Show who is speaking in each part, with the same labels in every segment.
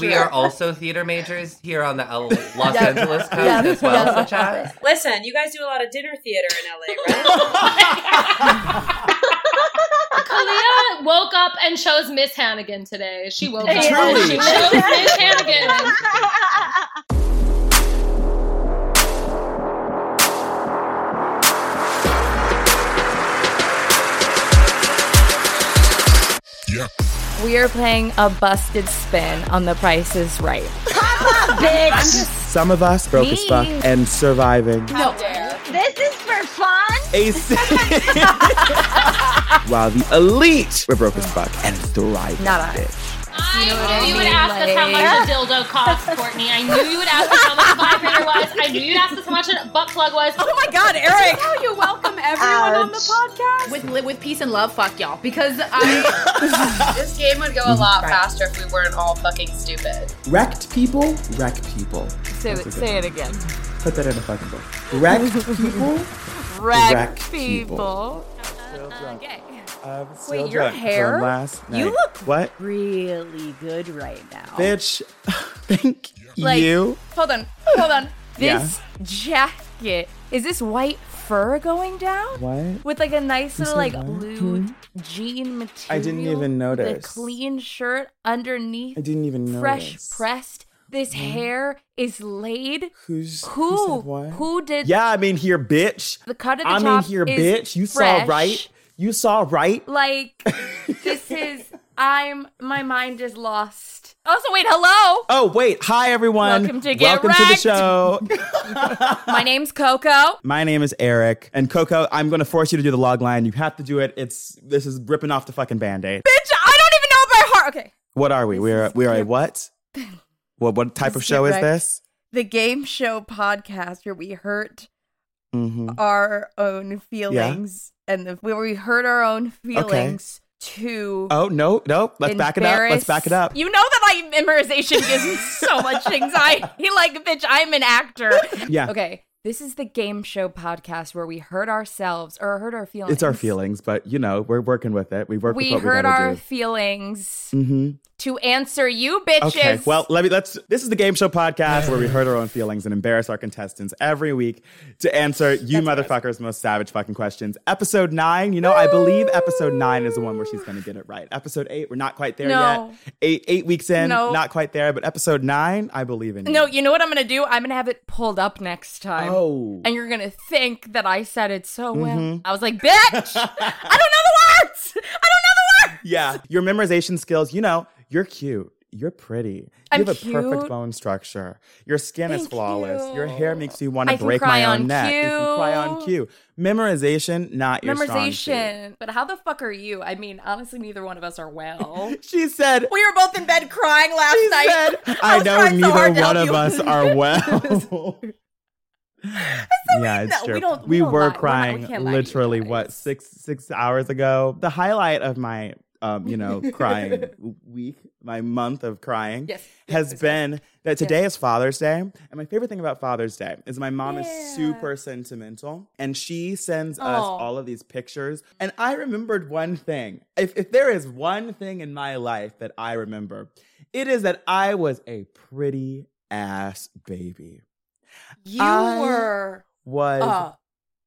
Speaker 1: We are also theater majors here on the L- Los Angeles coast
Speaker 2: Yeah.
Speaker 1: as well,
Speaker 2: Yeah.
Speaker 1: Chaz.
Speaker 3: Listen, you guys do a lot of dinner theater in LA, right?
Speaker 4: Kalia woke up and chose Miss Hannigan today. She woke up and
Speaker 5: Truly.
Speaker 4: she chose Miss Hannigan.
Speaker 2: We are playing a busted spin on The Price is Right.
Speaker 6: Bitch,
Speaker 5: Some of us broke as fuck
Speaker 2: Me.
Speaker 5: and surviving.
Speaker 6: this is for fun.
Speaker 5: A s- While the elite were broke as fuck and thriving.
Speaker 2: Not us.
Speaker 5: bitch.
Speaker 4: I
Speaker 2: You know what I
Speaker 4: knew you would
Speaker 2: mean?
Speaker 4: ask us how much a dildo cost, Courtney. I knew you would ask us how much a vibrator was. I knew you'd ask us how much a butt plug was.
Speaker 2: Oh my God, Eric!
Speaker 7: How you welcome everyone on the
Speaker 6: Ouch.
Speaker 7: podcast?
Speaker 8: with li- with peace and love, fuck y'all. Because I this game would go a lot faster if we weren't all fucking stupid.
Speaker 5: Wrecked people, wreck people.
Speaker 2: Say,
Speaker 5: That's a good
Speaker 2: say it
Speaker 5: one.
Speaker 2: again.
Speaker 5: Put that in a fucking book. Wrecked people.
Speaker 2: Wreck,
Speaker 5: Wreck people.
Speaker 2: people.
Speaker 5: Um, still
Speaker 2: your
Speaker 5: drunk from
Speaker 2: hair?
Speaker 5: Last
Speaker 2: You
Speaker 5: night.
Speaker 2: look
Speaker 5: what,
Speaker 2: Really good right now.
Speaker 5: bitch? Thank
Speaker 2: Like-
Speaker 5: you.
Speaker 2: Hold on, hold on.
Speaker 5: Yeah.
Speaker 2: This jacket. Is this white fur going down?
Speaker 5: What?
Speaker 2: With like a nice little
Speaker 5: said
Speaker 2: like
Speaker 5: what? Hmm?
Speaker 2: blue jean material.
Speaker 5: I didn't even
Speaker 2: The
Speaker 5: notice.
Speaker 2: clean shirt underneath.
Speaker 5: I didn't even know.
Speaker 2: fresh pressed. This hair is laid.
Speaker 5: Who's Who?
Speaker 2: Who?
Speaker 5: said what?
Speaker 2: Who did
Speaker 5: Yeah, I'm in here, bitch.
Speaker 2: the cut of the
Speaker 5: I'm in
Speaker 2: top
Speaker 5: here,
Speaker 2: is
Speaker 5: bitch. You
Speaker 2: fresh.
Speaker 5: saw right. You saw right.
Speaker 2: Like this is. I'm. My mind is lost. Also, wait. Hello.
Speaker 5: Oh wait, hi everyone.
Speaker 2: Welcome to Get
Speaker 5: Welcome to the
Speaker 2: Wrecked.
Speaker 5: show.
Speaker 2: My name's Coco.
Speaker 5: My name is Eric, and Coco, I'm gonna force you to do the log line. You have to do it. It's this is ripping off the fucking band-aid.
Speaker 2: Bitch, I don't even know by heart. Okay.
Speaker 5: What are we? We are we are a
Speaker 2: Get-
Speaker 5: what? What what type of
Speaker 2: Get
Speaker 5: show is
Speaker 2: Wrecked.
Speaker 5: this?
Speaker 2: The game show podcast where we hurt
Speaker 5: Mm-hmm.
Speaker 2: our own feelings and the, where we hurt our own feelings to.
Speaker 5: Oh no, no. Let's back it up. Let's back it up.
Speaker 2: You know that my memorization gives me so much anxiety. Like, bitch, I'm an actor.
Speaker 5: yeah.
Speaker 2: Okay, this is the game show podcast where we hurt ourselves or hurt our feelings.
Speaker 5: It's our feelings, but you know, we're working with it. We work
Speaker 2: We
Speaker 5: with what
Speaker 2: hurt
Speaker 5: we gotta
Speaker 2: our
Speaker 5: do.
Speaker 2: feelings
Speaker 5: Mm-hmm.
Speaker 2: to answer you, bitches.
Speaker 5: Okay. Well, let me let's this is the game show podcast where we hurt our own feelings and embarrass our contestants every week to answer you motherfuckers' most savage fucking questions. Episode nine, you know, I believe episode nine is the one where she's gonna get it right. Episode eight, we're not quite there
Speaker 2: No.
Speaker 5: yet. Eight eight weeks in,
Speaker 2: No.
Speaker 5: not quite there, but episode nine, I believe in you.
Speaker 2: no, you know what I'm gonna do? I'm gonna have it pulled up next time.
Speaker 5: Oh. Mm-hmm.
Speaker 2: And you're gonna think that I said it so well. I was like, bitch, I don't know the words. I don't know the words.
Speaker 5: Yeah. Your memorization skills, you know, you're cute. You're pretty.
Speaker 2: I'm
Speaker 5: you have a perfect
Speaker 2: cute.
Speaker 5: bone structure. Your skin is
Speaker 2: Thank
Speaker 5: flawless.
Speaker 2: you.
Speaker 5: Your hair makes you want
Speaker 2: I
Speaker 5: to
Speaker 2: can
Speaker 5: break
Speaker 2: cry
Speaker 5: my own
Speaker 2: on
Speaker 5: neck. You can cry on
Speaker 2: cue.
Speaker 5: cue. Memorization, not your strong suit.
Speaker 2: Memorization. But how the fuck are you? I mean, honestly, neither one of us are well.
Speaker 5: She said.
Speaker 2: we were both in bed crying last
Speaker 5: She
Speaker 2: night.
Speaker 5: said. I
Speaker 2: was
Speaker 5: know
Speaker 2: trying so
Speaker 5: neither
Speaker 2: hard to
Speaker 5: one
Speaker 2: help
Speaker 5: of
Speaker 2: you."
Speaker 5: us are well. yeah, it's
Speaker 2: no,
Speaker 5: true.
Speaker 2: we don't- we
Speaker 5: We
Speaker 2: don't lie. We're
Speaker 5: were
Speaker 2: not- we
Speaker 5: crying
Speaker 2: can't lie to you
Speaker 5: literally
Speaker 2: guys.
Speaker 5: what six six hours ago. The highlight of my um, you know, crying week, my month of crying
Speaker 2: Yes,
Speaker 5: has been that today is Father's Day. And my favorite thing about Father's Day is my mom is super sentimental and she sends us
Speaker 2: Aw.
Speaker 5: all of these pictures. And I remembered one thing. If, if there is one thing in my life that I remember, it is that I was a pretty ass baby.
Speaker 2: You
Speaker 5: I
Speaker 2: were
Speaker 5: Was
Speaker 2: a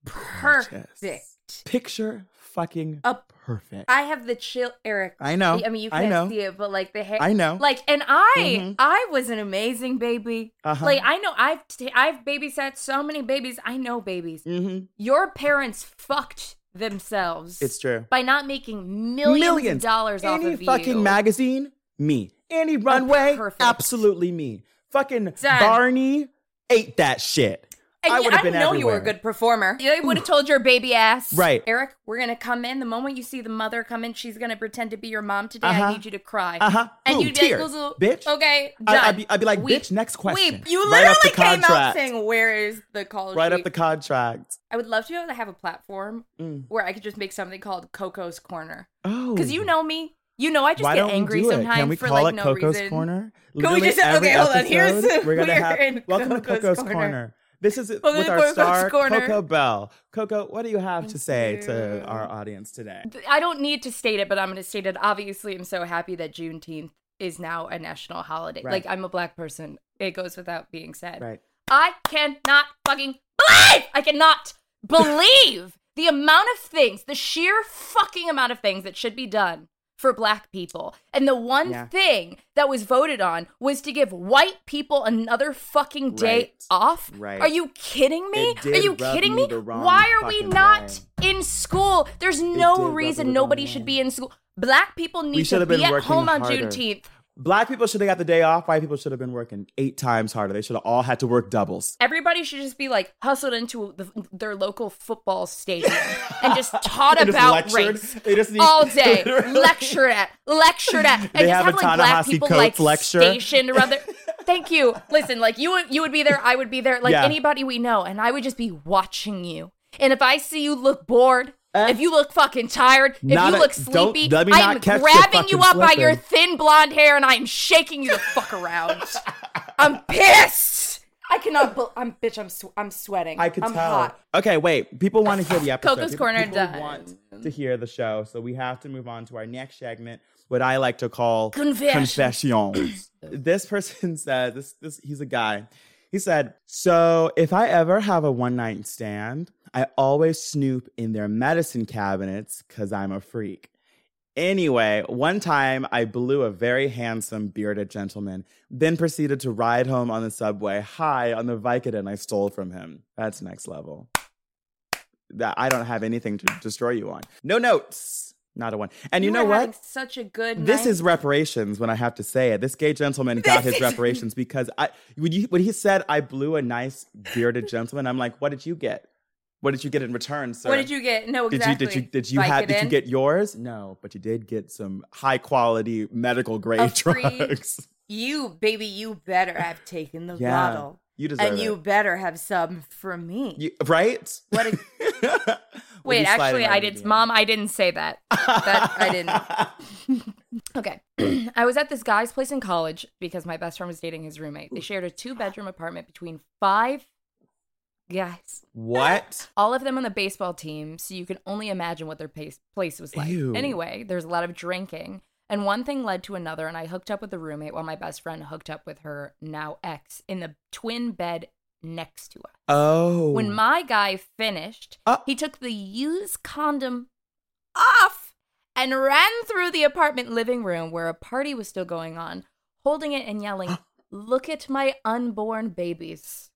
Speaker 5: gorgeous.
Speaker 2: Ah, perfect.
Speaker 5: Picture fucking
Speaker 2: A-
Speaker 5: perfect.
Speaker 2: I have the chill, Eric.
Speaker 5: I know.
Speaker 2: I mean, you
Speaker 5: I
Speaker 2: can't
Speaker 5: know.
Speaker 2: see it, but like the hair.
Speaker 5: I know.
Speaker 2: Like, and I,
Speaker 5: Mhm.
Speaker 2: I was an amazing baby.
Speaker 5: Uh-huh.
Speaker 2: Like, I know I've, t- I've babysat so many babies. I know babies.
Speaker 5: hmm
Speaker 2: Your parents fucked themselves.
Speaker 5: It's true.
Speaker 2: by not making millions, of dollars off
Speaker 5: Any
Speaker 2: of you. Oh,
Speaker 5: fucking magazine, me. Any runway,
Speaker 2: perfect.
Speaker 5: absolutely me. Fucking
Speaker 2: Done.
Speaker 5: Barney ate that shit.
Speaker 2: And
Speaker 5: I
Speaker 2: you-
Speaker 5: would've
Speaker 2: I
Speaker 5: been
Speaker 2: know you were a
Speaker 5: everywhere.
Speaker 2: good performer. They would have told your baby ass,
Speaker 5: Right.
Speaker 2: Eric, we're gonna come in. The moment you see the mother come in, she's gonna pretend to be your mom today.
Speaker 5: Uh-huh.
Speaker 2: I need you to cry.
Speaker 5: Uh-huh.
Speaker 2: And
Speaker 5: Boom,
Speaker 2: you'd be
Speaker 5: tears,
Speaker 2: like, "Guzzle-
Speaker 5: bitch.
Speaker 2: Okay, done.
Speaker 5: I, I'd, be, I'd be like,
Speaker 2: Weep.
Speaker 5: bitch, next question.
Speaker 2: Weep. You
Speaker 5: Right
Speaker 2: literally
Speaker 5: up the
Speaker 2: came out
Speaker 5: contract.
Speaker 2: saying, "Where is the college?"
Speaker 5: Right up
Speaker 2: week?"
Speaker 5: the contract.
Speaker 2: I would love to be able to have a platform
Speaker 5: Mm.
Speaker 2: where I could just make something called Coco's Corner.
Speaker 5: Oh.
Speaker 2: Because you know me. You know I just
Speaker 5: Why
Speaker 2: get
Speaker 5: don't we
Speaker 2: angry
Speaker 5: do it?
Speaker 2: sometimes
Speaker 5: Can we
Speaker 2: for
Speaker 5: call
Speaker 2: like
Speaker 5: it
Speaker 2: no
Speaker 5: Coco's
Speaker 2: reason.
Speaker 5: Corner?
Speaker 2: we
Speaker 5: Literally
Speaker 2: just say-
Speaker 5: every
Speaker 2: okay, hold on, here's-
Speaker 5: episode, we're gonna
Speaker 2: we're
Speaker 5: have
Speaker 2: in
Speaker 5: welcome to
Speaker 2: Coco's
Speaker 5: Coco's Corner.
Speaker 2: Corner.
Speaker 5: This is
Speaker 2: Welcome
Speaker 5: with
Speaker 2: to
Speaker 5: our
Speaker 2: Coco's
Speaker 5: star
Speaker 2: Corner.
Speaker 5: Coco Bell. Coco, what do you have to
Speaker 2: Thank
Speaker 5: say to
Speaker 2: you.
Speaker 5: our audience today?
Speaker 2: I don't need to state it, but I'm going to state it. Obviously, I'm so happy that Juneteenth is now a national holiday.
Speaker 5: Right.
Speaker 2: Like, I'm a black person. It goes without being said.
Speaker 5: Right.
Speaker 2: I cannot fucking believe! I cannot believe the amount of things, the sheer fucking amount of things that should be done for black people. And the one
Speaker 5: Yeah.
Speaker 2: thing that was voted on was to give white people another fucking day
Speaker 5: Right.
Speaker 2: off.
Speaker 5: Right.
Speaker 2: Are you kidding me?
Speaker 5: It
Speaker 2: Are
Speaker 5: did
Speaker 2: you
Speaker 5: rub
Speaker 2: kidding
Speaker 5: me
Speaker 2: me?
Speaker 5: the wrong
Speaker 2: Why are we
Speaker 5: fucking
Speaker 2: not
Speaker 5: way.
Speaker 2: in school? There's
Speaker 5: did
Speaker 2: no
Speaker 5: rub me the
Speaker 2: reason
Speaker 5: wrong
Speaker 2: nobody
Speaker 5: way.
Speaker 2: should be in school. Black people need
Speaker 5: should
Speaker 2: to
Speaker 5: have been
Speaker 2: be at
Speaker 5: working
Speaker 2: home on
Speaker 5: harder.
Speaker 2: Juneteenth.
Speaker 5: Black people should have got the day off. White people should have been working eight times harder. They should have all had to work doubles.
Speaker 2: Everybody should just be like hustled into the, their local football stadium and just taught
Speaker 5: They just
Speaker 2: about
Speaker 5: lectured.
Speaker 2: race
Speaker 5: They just need-
Speaker 2: all day,
Speaker 5: literally.
Speaker 2: lectured at, lectured at, and
Speaker 5: They
Speaker 2: just
Speaker 5: have
Speaker 2: have,
Speaker 5: a
Speaker 2: like black
Speaker 5: Ta-Nehisi
Speaker 2: people
Speaker 5: Coates
Speaker 2: like
Speaker 5: lecture.
Speaker 2: stationed around there. Thank you. Listen, like you would, you would be there, I would be there, like
Speaker 5: Yeah.
Speaker 2: anybody we know, and I would just be watching you. And if I see you look bored.
Speaker 5: Uh,
Speaker 2: if you look fucking tired, if
Speaker 5: not a-
Speaker 2: you look
Speaker 5: don't-
Speaker 2: sleepy,
Speaker 5: let me
Speaker 2: I'm
Speaker 5: not catch you
Speaker 2: grabbing you,
Speaker 5: fucking
Speaker 2: up by your
Speaker 5: slipping.
Speaker 2: thin blonde hair and I'm shaking you the fuck around. I'm pissed. I cannot. bel I'm bitch. I'm sw- I'm sweating.
Speaker 5: I could
Speaker 2: I'm
Speaker 5: tell.
Speaker 2: Hot.
Speaker 5: Okay, wait. People want to hear the episode.
Speaker 2: Coco's
Speaker 5: people,
Speaker 2: Corner
Speaker 5: people
Speaker 2: done.
Speaker 5: want to hear the show, so we have to move on to our next segment, what I like to call
Speaker 2: Confessions.
Speaker 5: confessions. this person
Speaker 1: uh,
Speaker 5: says this. This he's a guy. He said, "So if I ever have a one night stand, I always snoop in their medicine cabinets because I'm a freak." Anyway, one time I blew a very handsome bearded gentleman, then proceeded to ride home on the subway high on the Vicodin I stole from him. That's next level. That I don't have anything to destroy you on. No notes. Not a one. And you, know
Speaker 2: were
Speaker 5: what?
Speaker 2: having Such a good.
Speaker 5: This
Speaker 2: night.
Speaker 5: is reparations when I have to say it. This gay gentleman got his reparations because I when, you, when he said I blew a nice bearded gentleman, I'm like, what did you get? What did you get in return, sir?
Speaker 2: What did you get? No,
Speaker 5: Did
Speaker 2: exactly.
Speaker 5: you did you did you have did you
Speaker 2: Vicodin.
Speaker 5: get yours? No, but you did get some high quality medical grade
Speaker 2: A free-
Speaker 5: drugs.
Speaker 2: You baby, you better have taken the
Speaker 5: Yeah,
Speaker 2: bottle,
Speaker 5: You deserve
Speaker 2: and you
Speaker 5: it.
Speaker 2: better have some for me.
Speaker 5: You- right?
Speaker 2: What a-
Speaker 5: What are
Speaker 2: Wait,
Speaker 5: you sliding
Speaker 2: actually, I
Speaker 5: under
Speaker 2: did.
Speaker 5: the-
Speaker 2: Mom, I didn't say that. That I didn't. Okay. I was at this guy's place in college because my best friend was dating his roommate. They shared a two bedroom apartment between five guys.
Speaker 5: What?
Speaker 2: all of them on the baseball team, so you can only imagine what their pace, place was like.
Speaker 5: Ew.
Speaker 2: Anyway, there's a lot of drinking, and one thing led to another, and I hooked up with a roommate while my best friend hooked up with her now ex in the twin bed next to us.
Speaker 5: Oh.
Speaker 2: When my guy finished,
Speaker 5: Uh.
Speaker 2: he took the used condom off and ran through the apartment living room where a party was still going on, holding it and yelling, Look at my unborn babies.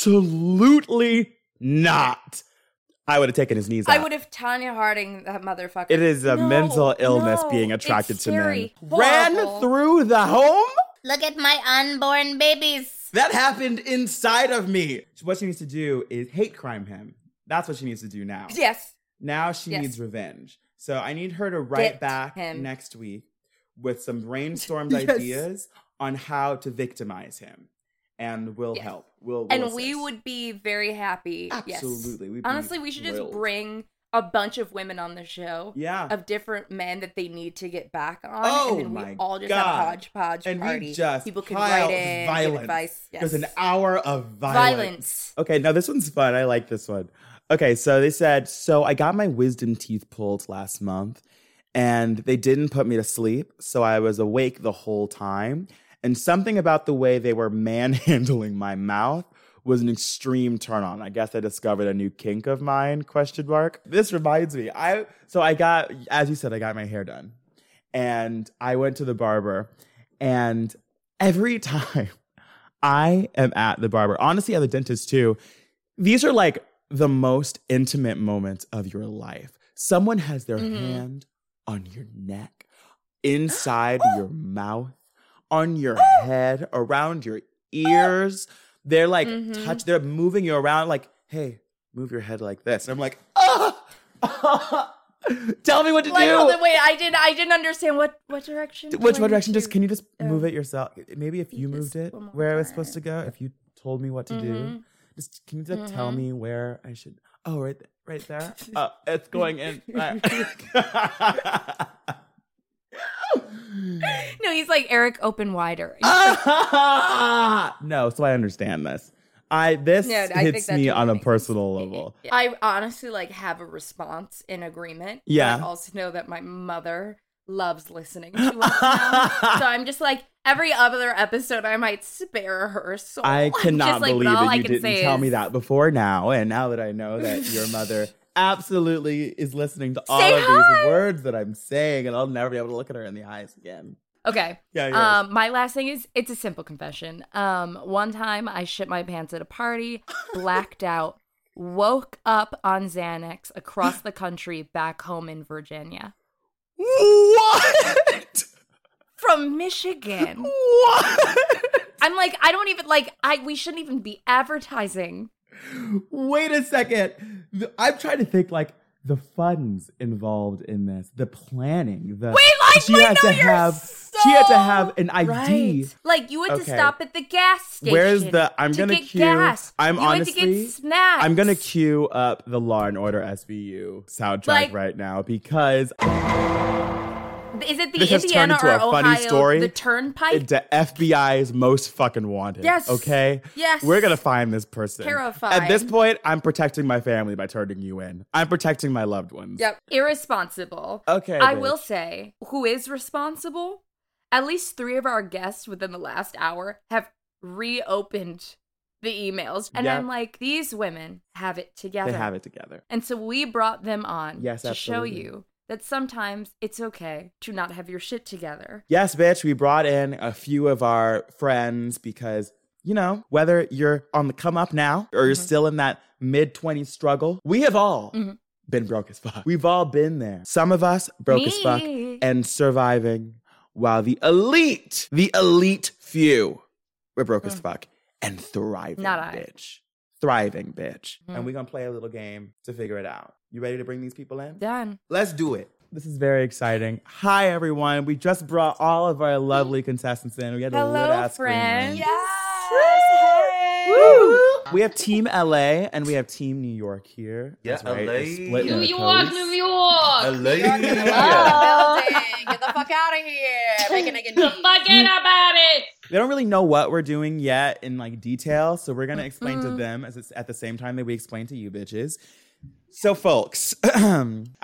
Speaker 5: Absolutely not. I would have taken his knees
Speaker 2: I
Speaker 5: out.
Speaker 2: would have Tanya Harding that motherfucker.
Speaker 5: It is a
Speaker 2: No,
Speaker 5: mental illness
Speaker 2: no,
Speaker 5: being attracted
Speaker 2: it's
Speaker 5: to men.
Speaker 2: scary.
Speaker 5: Ran
Speaker 2: Horrible.
Speaker 5: through the home?
Speaker 6: Look at my unborn babies.
Speaker 5: That happened inside of me. So what she needs to do is hate crime him. That's what she needs to do now.
Speaker 2: Yes.
Speaker 5: Now she
Speaker 2: Yes.
Speaker 5: needs revenge. So I need her to write
Speaker 2: Get
Speaker 5: back
Speaker 2: him.
Speaker 5: next week with some brainstormed
Speaker 2: Yes.
Speaker 5: ideas on how to victimize him. And we'll
Speaker 2: Yes.
Speaker 5: help. We'll,
Speaker 2: And
Speaker 5: we'll
Speaker 2: we
Speaker 5: assist.
Speaker 2: would be very happy. Yes.
Speaker 5: Absolutely. We'd be
Speaker 2: Honestly, we should just
Speaker 5: thrilled.
Speaker 2: bring a bunch of women on the show
Speaker 5: Yeah.
Speaker 2: of different men that they need to get back on.
Speaker 5: Oh
Speaker 2: and then
Speaker 5: my
Speaker 2: we all just have
Speaker 5: God.
Speaker 2: a hodgepodge
Speaker 5: and
Speaker 2: party.
Speaker 5: we just
Speaker 2: People can
Speaker 5: pile
Speaker 2: write in
Speaker 5: violence.
Speaker 2: give advice. Yes.
Speaker 5: There's an hour of
Speaker 2: Violence.
Speaker 5: Okay, now this one's fun. I like this one. Okay, so they said, so I got my wisdom teeth pulled last month and they didn't put me to sleep. So I was awake the whole time. And something about the way they were manhandling my mouth was an extreme turn on. I guess I discovered a new kink of mine, question mark. This reminds me. I so I got as you said, I got my hair done. And I went to the barber and every time I am at the barber, honestly, at the dentist too, these are like the most intimate moments of your life. Someone has their
Speaker 2: Mm-hmm.
Speaker 9: Mm-hmm.
Speaker 5: hand on your neck, inside your mouth, on your head, around your ears. They're like
Speaker 8: Mhm.
Speaker 5: touch. They're moving you around. Like, hey, move your head like this. And I'm like, ah, tell me what to
Speaker 2: Like, oh,
Speaker 5: do.
Speaker 2: hold on, wait, I didn't, I didn't understand what, what direction. do
Speaker 5: Which
Speaker 2: I
Speaker 5: one
Speaker 2: need
Speaker 5: direction? Just
Speaker 2: to-
Speaker 5: can you just
Speaker 2: uh,
Speaker 5: move it yourself? Maybe if you
Speaker 2: you just
Speaker 5: moved it
Speaker 2: one more
Speaker 5: where I was
Speaker 2: time.
Speaker 5: supposed to go, if you told me what to do,
Speaker 2: Mhm.
Speaker 5: just can you like tell
Speaker 2: Mhm.
Speaker 5: me where I should? Oh, right, th- right there. Uh, it's going in. Uh,
Speaker 2: No, he's like Eric, open wider.
Speaker 5: Ah! no, so I understand this. I this
Speaker 2: Yeah, I think
Speaker 5: hits
Speaker 2: that
Speaker 5: me
Speaker 2: totally
Speaker 5: on a
Speaker 2: makes sense.
Speaker 5: personal level.
Speaker 2: I honestly like have a response in agreement. but
Speaker 5: Yeah.
Speaker 2: I also know that my mother loves listening to us now. so I'm just like every other episode I might spare her so
Speaker 5: I cannot believe that you didn't tell me that before now. And now that I know that your mother absolutely is listening to all
Speaker 2: Say
Speaker 5: of
Speaker 2: hi.
Speaker 5: these words that I'm saying, and I'll never be able to look at her in the eyes again.
Speaker 2: Okay.
Speaker 5: Yeah, yeah.
Speaker 2: Um, my last thing is it's a simple confession. Um, one time I shit my pants at a party, blacked out, woke up on Xanax across the country back home in Virginia.
Speaker 5: what?
Speaker 2: From Michigan.
Speaker 5: What?
Speaker 2: I'm like, I don't even like I we shouldn't even be advertising
Speaker 5: Wait a second. The- I'm trying to think like the funds involved in this, the planning, the
Speaker 2: Wait, like,
Speaker 5: she
Speaker 2: wait,
Speaker 5: had
Speaker 2: no,
Speaker 5: to
Speaker 2: you're
Speaker 5: have she had to
Speaker 2: so
Speaker 5: have an ID.
Speaker 2: Like you had to
Speaker 5: Okay.
Speaker 2: stop at the gas station.
Speaker 5: Where's the? I'm
Speaker 2: to
Speaker 5: gonna
Speaker 2: get
Speaker 5: cue.
Speaker 2: gas.
Speaker 5: I'm
Speaker 2: you
Speaker 5: honestly.
Speaker 2: had to get snacks.
Speaker 5: I'm gonna queue up the Law and Order SVU soundtrack
Speaker 2: Like-
Speaker 5: right now because
Speaker 2: Is it the
Speaker 5: this has turned
Speaker 2: Indiana
Speaker 5: into
Speaker 2: or
Speaker 5: a funny
Speaker 2: Ohio?
Speaker 5: story.
Speaker 2: The Turnpike.
Speaker 5: the FBI's most fucking wanted.
Speaker 2: Yes.
Speaker 5: Okay.
Speaker 2: Yes.
Speaker 5: We're gonna find this person.
Speaker 2: Terrifying.
Speaker 5: At this point, I'm protecting my family by turning you in. I'm protecting my loved ones.
Speaker 2: Yep. Irresponsible.
Speaker 5: Okay.
Speaker 2: I
Speaker 5: bitch.
Speaker 2: will say, who is responsible? At least three of our guests within the last hour have reopened the emails, and
Speaker 5: Yep.
Speaker 2: I'm like, these women have it together.
Speaker 5: They have it together.
Speaker 2: And so we brought them on
Speaker 5: Yes,
Speaker 2: to
Speaker 5: absolutely.
Speaker 2: show you that sometimes it's okay to not have your shit together.
Speaker 5: Yes, bitch, we brought in a few of our friends because, you know, whether you're on the come up now or you're still in that mid 20s struggle, we have all
Speaker 9: Mm-hmm.
Speaker 2: Mhm.
Speaker 5: been broke as fuck. We've all been there. Some of us broke as fuck
Speaker 2: Me.
Speaker 5: and surviving, while the elite, the elite few, were broke as fuck and thriving,
Speaker 2: Not I.
Speaker 5: bitch. Thriving, bitch. And
Speaker 2: Mhm.
Speaker 5: we're gonna play a little game to figure it out. You ready to bring these people in?
Speaker 2: Done.
Speaker 5: Let's do it. This is very exciting. Hi, everyone. We just brought all of our lovely contestants in. We had a lit
Speaker 2: Hello,
Speaker 5: ass
Speaker 2: friend.
Speaker 5: screen.
Speaker 3: Yes.
Speaker 5: We have Team LA and we have Team New York here.
Speaker 1: Yeah,
Speaker 5: That's right.
Speaker 1: LA.
Speaker 5: It's split
Speaker 4: New
Speaker 5: in the
Speaker 4: York,
Speaker 5: coast.
Speaker 4: New York.
Speaker 1: Hallelujah.
Speaker 8: building.
Speaker 3: Get the fuck out of here. Make a nigga
Speaker 4: The Forget about it.
Speaker 5: They don't really know what we're doing yet in like detail, so we're gonna explain
Speaker 8: Mm-hmm.
Speaker 5: to them as it's at the same time that we explain to you bitches. So, folks,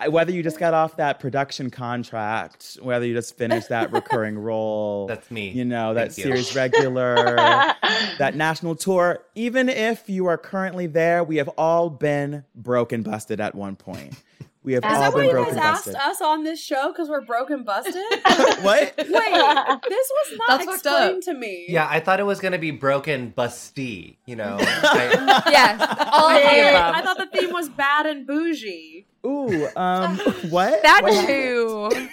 Speaker 5: whether you just got off that production contract, whether you just finished that recurring role,
Speaker 1: That's me.
Speaker 5: you know, that
Speaker 1: Thank you.
Speaker 5: series regular, that national tour, even if you are currently there, we have all been broken busted at one point. We have
Speaker 8: Is
Speaker 5: all
Speaker 8: that why
Speaker 5: been
Speaker 8: you
Speaker 5: broken
Speaker 8: guys asked
Speaker 5: busted.
Speaker 8: us on this show because we're broken busted?
Speaker 5: what?
Speaker 8: Wait, this was not
Speaker 2: That's fucked up.
Speaker 8: explained to me.
Speaker 1: Yeah, I thought it was gonna be broken busty, you know. I,
Speaker 2: Yes. All of the above.
Speaker 8: I thought the theme was bad and bougie.
Speaker 5: Ooh, um, what? What
Speaker 2: That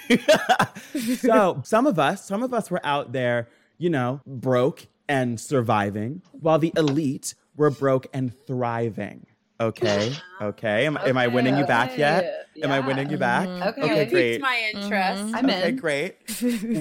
Speaker 5: happened?
Speaker 2: too.
Speaker 5: so some of us, some of us were out there, you know, broke and surviving, while the elite were broke and thriving. Okay, okay. Am, am I winning you back yet? Am I winning you back?
Speaker 3: Mm-hmm.
Speaker 8: Okay,
Speaker 5: okay
Speaker 8: piqued
Speaker 5: great.
Speaker 8: my interest.
Speaker 2: Mhm.
Speaker 8: I'm
Speaker 5: okay,
Speaker 8: in.
Speaker 5: great.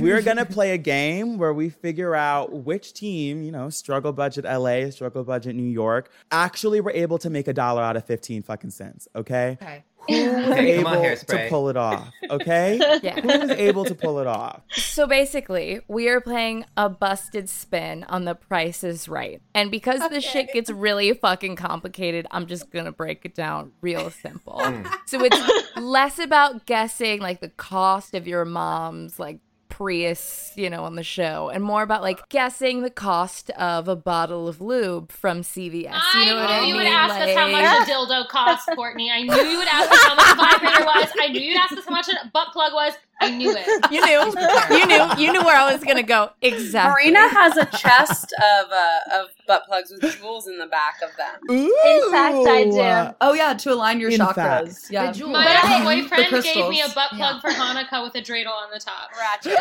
Speaker 5: We're gonna play a game where we figure out which team, you know, struggle budget LA, struggle budget New York, actually were able to make a dollar out of fifteen fucking cents. Okay,
Speaker 2: Okay.
Speaker 5: who was
Speaker 1: Okay,
Speaker 5: able
Speaker 1: come on,
Speaker 5: to
Speaker 1: Hairspray.
Speaker 5: pull it off? Okay, who
Speaker 2: Yeah.
Speaker 5: was able to pull it off?
Speaker 2: So basically, we are playing a busted spin on the price is right. And because this shit gets really fucking complicated, I'm just going to break it down real simple. so it's less about guessing like the cost of your mom's like Prius, you know, on the show, and more about like guessing the cost of a bottle of lube from CVS.
Speaker 4: I
Speaker 2: you know what I
Speaker 4: knew
Speaker 2: mean?
Speaker 4: you would ask us how
Speaker 2: Like-
Speaker 4: much a dildo cost, Courtney. I knew you would ask us how much a vibrator was. I knew you'd ask us how much a butt plug was. I knew it.
Speaker 2: You knew. You knew. You knew where I was gonna go. Exactly.
Speaker 8: Marina has a chest of uh, of butt plugs with jewels in the back of them.
Speaker 5: In
Speaker 9: fact, I do. Oh yeah, to align your
Speaker 5: Uh, In
Speaker 9: chakras.
Speaker 5: fact.
Speaker 9: Yeah.
Speaker 7: The jewel.
Speaker 4: My
Speaker 9: But I- the
Speaker 4: ex-boyfriend
Speaker 9: crystals.
Speaker 4: gave me a butt plug for Hanukkah with a dreidel on the top.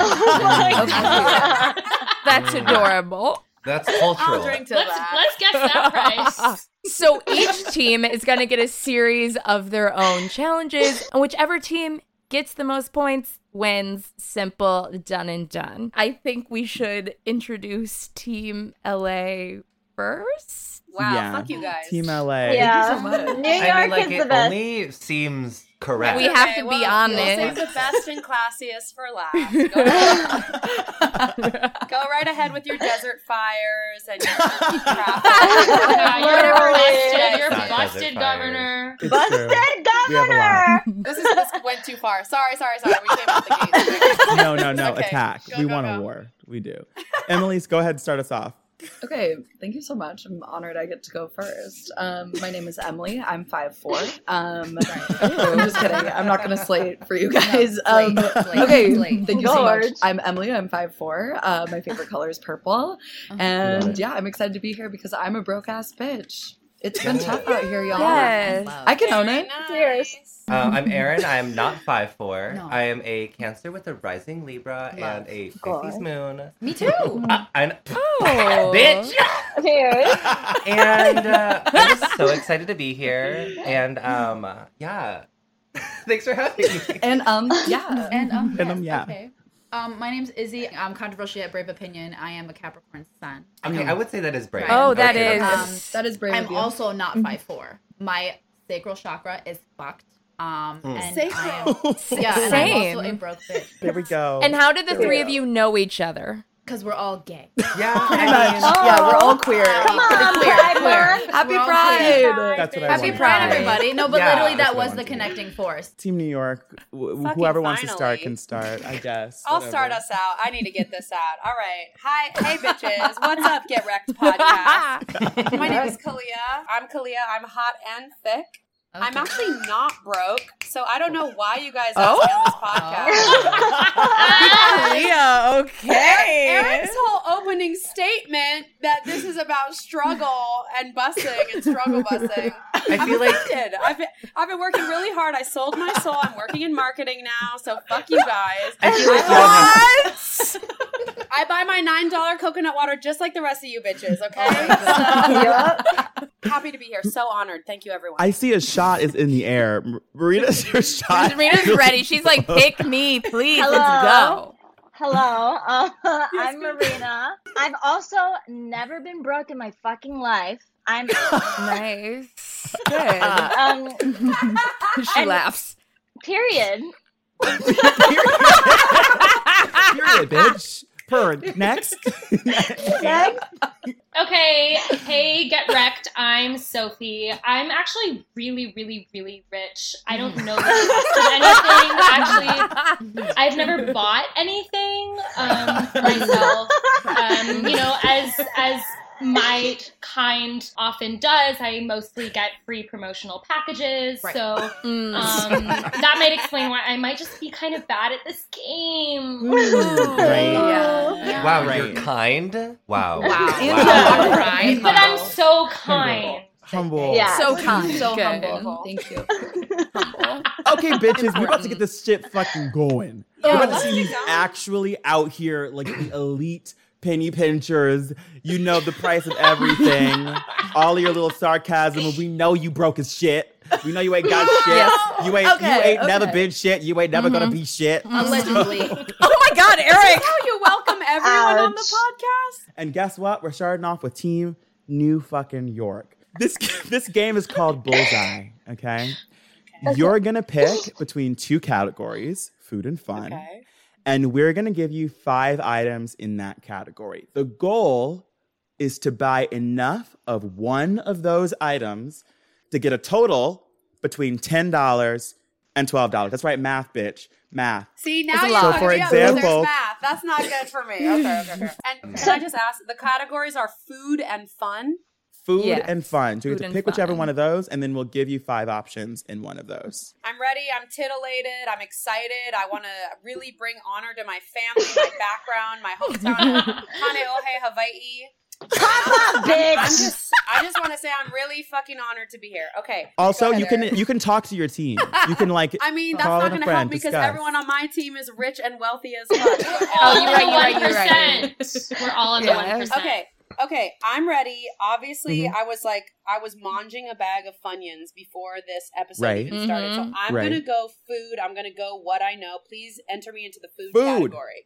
Speaker 9: Oh my
Speaker 2: That's adorable.
Speaker 1: That's cultural.
Speaker 4: let's, let's guess that price.
Speaker 2: So each team is going to get a series of their own challenges, and whichever team gets the most points wins. Simple, done and done. I think we should introduce Team LA first.
Speaker 8: Wow,
Speaker 5: Yeah.
Speaker 8: fuck you guys.
Speaker 5: Team LA.
Speaker 8: Yeah.
Speaker 1: I mean, like, it only seems correct.
Speaker 2: We have to be
Speaker 8: on
Speaker 2: honest.
Speaker 8: this.
Speaker 3: the best and classiest for last. Go right, Go right ahead with your desert fires and your
Speaker 4: Yeah, you're busted. You're
Speaker 1: Not
Speaker 4: busted,
Speaker 1: Desert
Speaker 4: governor.
Speaker 5: It's
Speaker 3: Busted
Speaker 5: We have a lot.
Speaker 3: This is this went too far. Sorry, sorry, sorry. We came out the gate.
Speaker 5: No, no, no.
Speaker 3: Okay.
Speaker 5: Attack.
Speaker 3: Go,
Speaker 5: we
Speaker 3: go,
Speaker 5: want a
Speaker 3: go.
Speaker 5: war. We do. Emily's, go ahead and start us off.
Speaker 9: Okay, thank you so much. I'm honored I get to go first. Um, my name is Emily. I'm 5'4. Um, I'm just kidding. I'm not going to slate for you guys. Um, okay, thank you so much.
Speaker 10: George.
Speaker 9: I'm Emily. I'm 5'4. Uh, my favorite color is purple. And yeah, I'm excited to be here because I'm a broke ass bitch. It's been tough out here, y'all.
Speaker 2: Yes.
Speaker 9: I can own it.
Speaker 1: Uh, I'm Aaron. I'm not 5'4. I am a Cancer with a rising Libra and a Pisces moon.
Speaker 10: Me too.
Speaker 1: Uh, I'm,
Speaker 2: Oh.
Speaker 1: Bitch!
Speaker 10: Dude.
Speaker 1: And uh, I'm just so excited to be here. And um, yeah, thanks for having me.
Speaker 9: And um, yeah.
Speaker 10: And um,
Speaker 1: And, um,
Speaker 10: yes,
Speaker 1: yeah.
Speaker 10: Okay. Um, my name's Izzy. I'm controversial at Brave Opinion. I am a Capricorn sun.
Speaker 1: Okay, I would say that is brave.
Speaker 2: Oh,
Speaker 1: Oh, that
Speaker 2: that
Speaker 1: is.
Speaker 2: is-
Speaker 10: Um,
Speaker 9: that is brave.
Speaker 10: I'm
Speaker 9: of you.
Speaker 10: also not five four. My sacral chakra is fucked. Um,
Speaker 5: Mm.
Speaker 10: and
Speaker 9: Sacral.
Speaker 10: I am, yeah, and I'm also a
Speaker 2: Same.
Speaker 10: broke bitch
Speaker 5: There we go.
Speaker 2: And how did the
Speaker 5: There we
Speaker 2: three
Speaker 5: go.
Speaker 2: of you know each other?
Speaker 10: because we're all gay. Um,
Speaker 1: Yeah.
Speaker 9: Pretty much. Yeah, we're all queer.
Speaker 10: Come
Speaker 9: on, Happy
Speaker 10: We're all
Speaker 9: Pride.
Speaker 5: That's what I
Speaker 10: Happy
Speaker 5: wanted.
Speaker 10: Pride, everybody. No, but
Speaker 1: Yeah,
Speaker 10: literally,
Speaker 5: that's
Speaker 10: that
Speaker 5: what I
Speaker 10: was the
Speaker 5: wanted to do.
Speaker 10: connecting force.
Speaker 5: Team New York. Wh-
Speaker 3: Fucking
Speaker 5: whoever wants to start
Speaker 3: finally.
Speaker 5: can start, I guess.
Speaker 3: I'll start us out. I need to get this out. All right. Hi, hey bitches. What's up, Get Wrecked podcast? My name is Kalia. I'm Kalia. I'm hot and thick. I'm actually not broke, so I don't know why you guys asked me on this podcast.
Speaker 2: Leah,
Speaker 3: Eric's whole opening statement that this is about struggle and busing and struggle busing.
Speaker 1: I feel like
Speaker 3: Did. I've been, I've been working really hard. I sold my soul. I'm working in marketing now, so fuck you guys.
Speaker 1: I feel like y'all have,
Speaker 3: I buy my nine dollar coconut water just like the rest of you bitches.
Speaker 1: Oh
Speaker 3: Okay, so, happy to be here. So honored. Thank you, everyone.
Speaker 5: I see a shot is in the air. M- Marita's your shot.
Speaker 2: Rita's ready. She's like, pick me, please. Let's
Speaker 10: Hello.
Speaker 2: go.
Speaker 10: Hello, uh, I'm Marina. I've also never been broke in my fucking life. I'm
Speaker 2: Nice. Good.
Speaker 10: um
Speaker 2: She laughs.
Speaker 10: period.
Speaker 5: Period, bitch. Per next.
Speaker 4: Okay, hey, get wrecked. I'm Sophie. I'm actually really, really, really rich. I don't know that I invested anything. Actually, I've never bought anything um, myself. Um, you know, as as my kind often does, I mostly get free promotional packages.
Speaker 10: Right. Mm.
Speaker 4: So um, that might explain why I might just be kind of bad at this game.
Speaker 5: Right.
Speaker 10: Yeah.
Speaker 1: wow,
Speaker 5: Right.
Speaker 1: you're kind. Wow.
Speaker 10: Oh, Wow.
Speaker 1: Wow.
Speaker 10: Right.
Speaker 4: But I'm so kind.
Speaker 5: Humble.
Speaker 10: Yeah.
Speaker 2: So kind.
Speaker 9: So
Speaker 2: Good.
Speaker 9: humble. Thank you.
Speaker 5: Okay, bitches, we're about to get this shit fucking going. we're about to
Speaker 3: let's
Speaker 5: see
Speaker 3: get
Speaker 5: you
Speaker 3: going.
Speaker 5: actually out here like the elite penny pinchers. You know the price of everything. All of your little sarcasm. We know you broke as shit. We know you ain't got shit. You ain't you
Speaker 9: Okay,
Speaker 5: ain't never
Speaker 9: okay.
Speaker 5: been shit. You ain't never
Speaker 3: Mm-hmm.
Speaker 5: gonna be shit.
Speaker 10: Allegedly.
Speaker 2: Oh my God, Eric.
Speaker 3: How you welcome everyone on the podcast?
Speaker 5: And guess what? We're starting off with Team New Fucking York. This this game is called Bullseye. Okay, you're gonna pick between two categories: food and fun.
Speaker 3: Okay.
Speaker 5: And we're gonna give you five items in that category. The goal is to buy enough of one of those items to get a total between ten dollars and twelve dollars. That's right, math, bitch, math.
Speaker 3: See now
Speaker 2: It's a
Speaker 3: you
Speaker 2: lot.
Speaker 3: fucked
Speaker 2: So
Speaker 5: for
Speaker 3: me up. 'cause
Speaker 5: example-
Speaker 3: there's math. That's not good for me. Okay, okay, okay. And can I just ask? The categories are food and fun.
Speaker 5: Food
Speaker 2: Yes.
Speaker 5: and fun. So you get
Speaker 2: Food
Speaker 5: to
Speaker 2: and
Speaker 5: pick whichever
Speaker 2: fun.
Speaker 5: one of those, and then we'll give you five options in one of those.
Speaker 3: I'm ready. I'm titillated. I'm excited. I want to really bring honor to my family, my background, my hometown, Kaneohe, Hawaii. I'm
Speaker 10: bitch.
Speaker 3: just, I just want to say I'm really fucking honored to be here. Okay.
Speaker 5: Also,
Speaker 3: go ahead,
Speaker 5: you can
Speaker 3: Eric.
Speaker 5: you can talk to your team. You can like.
Speaker 3: I mean, that's
Speaker 5: call in
Speaker 3: not
Speaker 5: a
Speaker 3: going to
Speaker 5: friend,
Speaker 3: help me because
Speaker 5: discuss.
Speaker 3: everyone on my team is rich and wealthy as fuck.
Speaker 4: All
Speaker 2: Oh, you're right,
Speaker 4: in the
Speaker 2: you're right, you're right.
Speaker 4: 1%. We're all in
Speaker 2: Yes.
Speaker 4: the 1%.
Speaker 3: okay. Okay, I'm ready. Obviously,
Speaker 5: Mhm.
Speaker 3: I was like, I was monging a bag of Funyuns before this episode
Speaker 5: Right.
Speaker 3: even started. So
Speaker 2: Mm-hmm.
Speaker 5: Mhm.
Speaker 3: I'm
Speaker 5: Right.
Speaker 3: gonna go food. I'm gonna go what I know. Please enter me into the food,
Speaker 11: Food.
Speaker 3: category.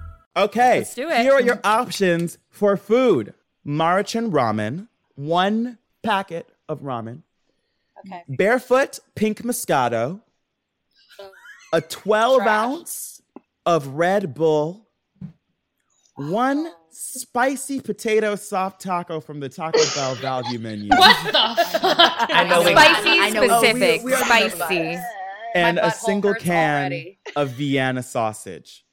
Speaker 5: Okay.
Speaker 12: Let's do it.
Speaker 5: Here are your options for food Marichan ramen, one packet of ramen,
Speaker 3: Okay.
Speaker 5: barefoot pink moscato, a 12 ounce of Red Bull, one spicy potato soft taco from the Taco Bell value menu.
Speaker 4: What the fuck?
Speaker 5: I know we-
Speaker 2: Spicy,
Speaker 5: I know we-
Speaker 2: specific,
Speaker 5: Oh, we- we already know about
Speaker 2: spicy.
Speaker 5: And
Speaker 2: My
Speaker 5: a
Speaker 2: butthole
Speaker 5: single
Speaker 2: hurts
Speaker 5: can
Speaker 2: already.
Speaker 5: of Vienna sausage.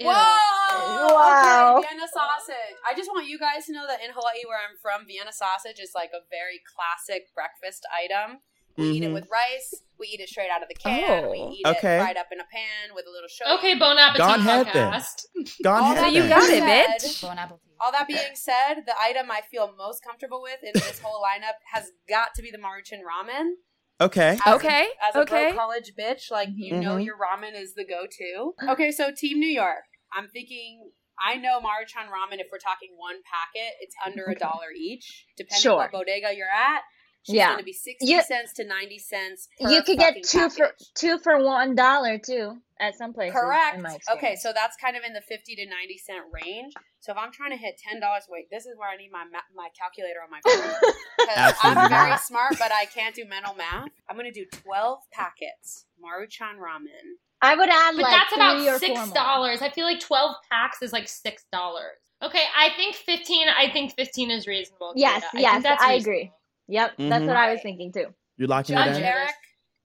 Speaker 3: Whoa!
Speaker 10: Wow.
Speaker 3: Okay, Vienna sausage. I just want you guys to know that in Hawaii, where I'm from, Vienna sausage is like a very classic breakfast item. We eat it
Speaker 5: Mhm.
Speaker 3: with rice. We eat it straight out of the can. we
Speaker 5: Oh.
Speaker 3: eat
Speaker 5: Okay.
Speaker 3: it fried up in a pan with a little sugar.
Speaker 4: Okay, bon appetit
Speaker 5: Gone head then.
Speaker 4: podcast.
Speaker 5: Gone
Speaker 3: All
Speaker 5: head
Speaker 3: that
Speaker 5: then.
Speaker 3: being said- All that being said, the item I feel most comfortable with in this whole lineup has got to be the Maruchan ramen.
Speaker 5: Okay.
Speaker 3: As A, as a broke college bitch, like you know
Speaker 5: Mhm.
Speaker 3: your ramen is the go-to. Okay, so Team New York. I'm thinking I know Maruchan ramen. If we're talking one packet, it's under a dollar each, depending
Speaker 10: Sure.
Speaker 3: what bodega you're at. She's
Speaker 10: Yeah.
Speaker 3: gonna be sixty
Speaker 10: You-
Speaker 3: cents to ninety cents. per
Speaker 10: You could get
Speaker 3: fucking
Speaker 10: two for two for one dollar too at some places.
Speaker 3: Correct.
Speaker 10: In my
Speaker 3: okay, so that's kind of in the fifty to ninety cent range. So if I'm trying to hit ten dollars, wait, this is where I need my ma- my calculator on my phone because
Speaker 5: Absolutely
Speaker 3: I'm very
Speaker 5: not.
Speaker 3: smart, but I can't do mental math. I'm gonna do twelve packets Maruchan ramen.
Speaker 10: I would add
Speaker 4: But
Speaker 10: like
Speaker 4: that's
Speaker 10: three or
Speaker 4: about
Speaker 10: four
Speaker 4: six
Speaker 10: more.
Speaker 4: dollars. I feel like twelve packs is like six dollars. Okay, I think fifteen. I think fifteen is reasonable.
Speaker 10: Yes,
Speaker 4: Kira.
Speaker 10: yes,
Speaker 4: Oh, think that's
Speaker 10: I
Speaker 4: reasonable.
Speaker 10: agree. Yep, that's
Speaker 5: Mhm.
Speaker 10: what I was thinking too.
Speaker 5: You're locking it
Speaker 3: Judge
Speaker 5: in?
Speaker 3: Eric,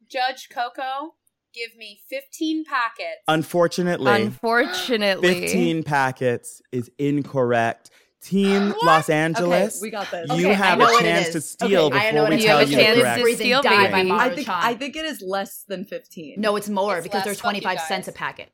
Speaker 3: Judge Coco, give me fifteen packets.
Speaker 5: Unfortunately.
Speaker 2: Unfortunately.
Speaker 5: 15 packets is incorrect. Team Los Angeles,
Speaker 9: Okay, we got this.
Speaker 5: You
Speaker 9: Okay, I
Speaker 5: have
Speaker 9: know
Speaker 5: a
Speaker 9: what it
Speaker 5: chance
Speaker 9: is.
Speaker 5: to steal
Speaker 9: Okay, I
Speaker 5: before
Speaker 9: know what
Speaker 5: we
Speaker 9: it
Speaker 5: tell
Speaker 9: is.
Speaker 5: you
Speaker 9: Okay.
Speaker 5: the correct.
Speaker 9: Breathe and die by
Speaker 13: Mara
Speaker 9: I think,
Speaker 13: Chan.
Speaker 9: I think it is less than 15.
Speaker 13: No, it's more because they're
Speaker 9: less. Fuck you
Speaker 13: 25
Speaker 9: guys.
Speaker 13: cents a packet.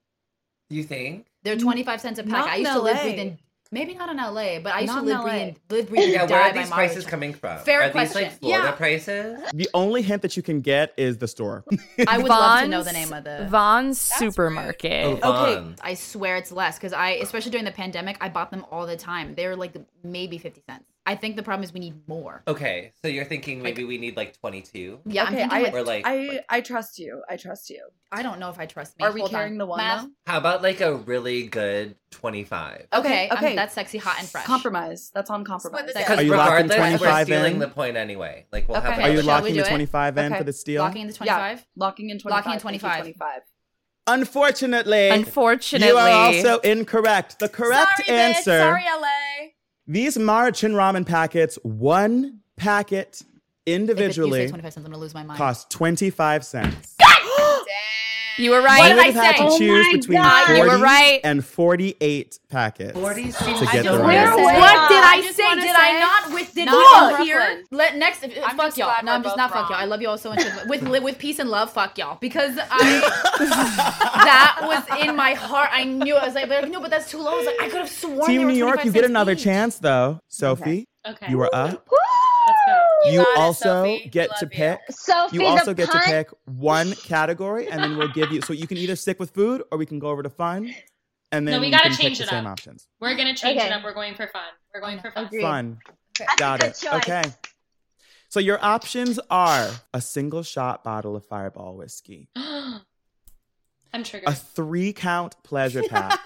Speaker 1: You think?
Speaker 13: They're 25 cents a packet.
Speaker 9: Not
Speaker 13: I
Speaker 9: in
Speaker 13: used to live
Speaker 9: LA.
Speaker 13: breathing, maybe not in LA, but I used
Speaker 9: Not
Speaker 13: to
Speaker 9: in
Speaker 13: live
Speaker 9: LA.
Speaker 13: breathing, live breathing,
Speaker 1: Yeah, where
Speaker 13: die
Speaker 1: are
Speaker 13: by
Speaker 1: these
Speaker 13: Mara
Speaker 1: prices
Speaker 13: Chan.
Speaker 1: coming from?
Speaker 13: Fair
Speaker 1: are these
Speaker 13: question.
Speaker 1: like Florida
Speaker 13: Yeah.
Speaker 1: prices?
Speaker 5: The only hint that you can get is the store.
Speaker 13: I would love to know the name of the
Speaker 2: Vaughn's Supermarket.
Speaker 5: Oh, Vons.
Speaker 13: I swear it's less because I, especially during the pandemic, I bought them all the time. They were like maybe 50 cents. I think the problem is we need more.
Speaker 1: Okay, so you're thinking maybe we need like 22?
Speaker 13: Yeah, I'm
Speaker 9: Okay,
Speaker 13: thinking
Speaker 9: I,
Speaker 13: like-
Speaker 1: Or like,
Speaker 9: I, I trust you. I trust you.
Speaker 13: I don't know if I trust me.
Speaker 9: Are we
Speaker 13: Hold on.
Speaker 9: carrying the one?
Speaker 13: Math.
Speaker 9: though?
Speaker 1: how about like a really good 25?
Speaker 13: Okay, okay,
Speaker 9: okay.
Speaker 13: that's sexy, hot, and fresh.
Speaker 9: Compromise. That's on compromise.
Speaker 1: Because
Speaker 5: Are you locking
Speaker 1: regardless,
Speaker 5: 25
Speaker 1: we're stealing
Speaker 5: in?
Speaker 1: the point anyway. Like we'll have
Speaker 5: Are you
Speaker 1: another-
Speaker 5: locking the 25 in for the steal?
Speaker 13: Locking in the 25?
Speaker 9: Locking in 25.
Speaker 13: Locking in
Speaker 9: thank you,
Speaker 13: 25.
Speaker 9: 25.
Speaker 5: Unfortunately,
Speaker 2: Unfortunately.
Speaker 5: you are also incorrect. The correct
Speaker 3: Sorry, bitch.
Speaker 5: answer:
Speaker 3: Sorry, LA.
Speaker 5: these Marichin ramen packets, one packet
Speaker 13: If you say
Speaker 5: individually,
Speaker 13: 25 cents, I'm going to lose my mind.
Speaker 5: cost 25 cents.
Speaker 2: You were
Speaker 5: you
Speaker 2: right.
Speaker 5: would have had to choose between
Speaker 2: God,
Speaker 5: 40
Speaker 2: You were right.
Speaker 5: and 48 packets
Speaker 1: 40
Speaker 5: to
Speaker 1: seems
Speaker 5: get
Speaker 1: so
Speaker 5: the
Speaker 1: low.
Speaker 5: right answer.
Speaker 1: Where-
Speaker 13: What did I,
Speaker 2: I just
Speaker 13: say?
Speaker 2: wanna
Speaker 13: Did
Speaker 2: say-
Speaker 13: I not? With did
Speaker 2: Not
Speaker 13: not
Speaker 2: from
Speaker 13: here.
Speaker 2: Brooklyn.
Speaker 13: Let next. if- fuck y'all. No, I'm just not fuck y'all. I love you all so much. With li- with peace and love, fuck y'all. Because I that was in my heart. I knew. it. I was like, they're like, no, but that's too low. I was like, I could have sworn. they
Speaker 5: Team
Speaker 13: were
Speaker 5: New York,
Speaker 13: 25
Speaker 5: you get
Speaker 13: cents
Speaker 5: another
Speaker 13: each.
Speaker 5: chance though. Sophie,
Speaker 4: Okay.
Speaker 5: you are up.
Speaker 4: You
Speaker 5: You
Speaker 4: got it,
Speaker 5: also
Speaker 4: Sophie.
Speaker 5: get to pick.
Speaker 10: Sophie,
Speaker 5: you also
Speaker 10: the
Speaker 5: get
Speaker 10: pun-
Speaker 5: to pick one category, and then we'll give you. So you can either stick with food, or we can go over to fun, and then
Speaker 4: no, we
Speaker 5: you
Speaker 4: gotta
Speaker 5: can
Speaker 4: change
Speaker 5: pick
Speaker 4: it
Speaker 5: the same
Speaker 4: up.
Speaker 5: options.
Speaker 4: We're gonna change
Speaker 10: Okay.
Speaker 4: it up. We're going for fun. We're going for fun.
Speaker 5: Fun.
Speaker 10: That's a
Speaker 5: Got
Speaker 10: good
Speaker 5: it.
Speaker 10: choice.
Speaker 5: Okay. So your options are a single shot bottle of Fireball whiskey,
Speaker 4: I'm triggered.
Speaker 5: a three count pleasure pack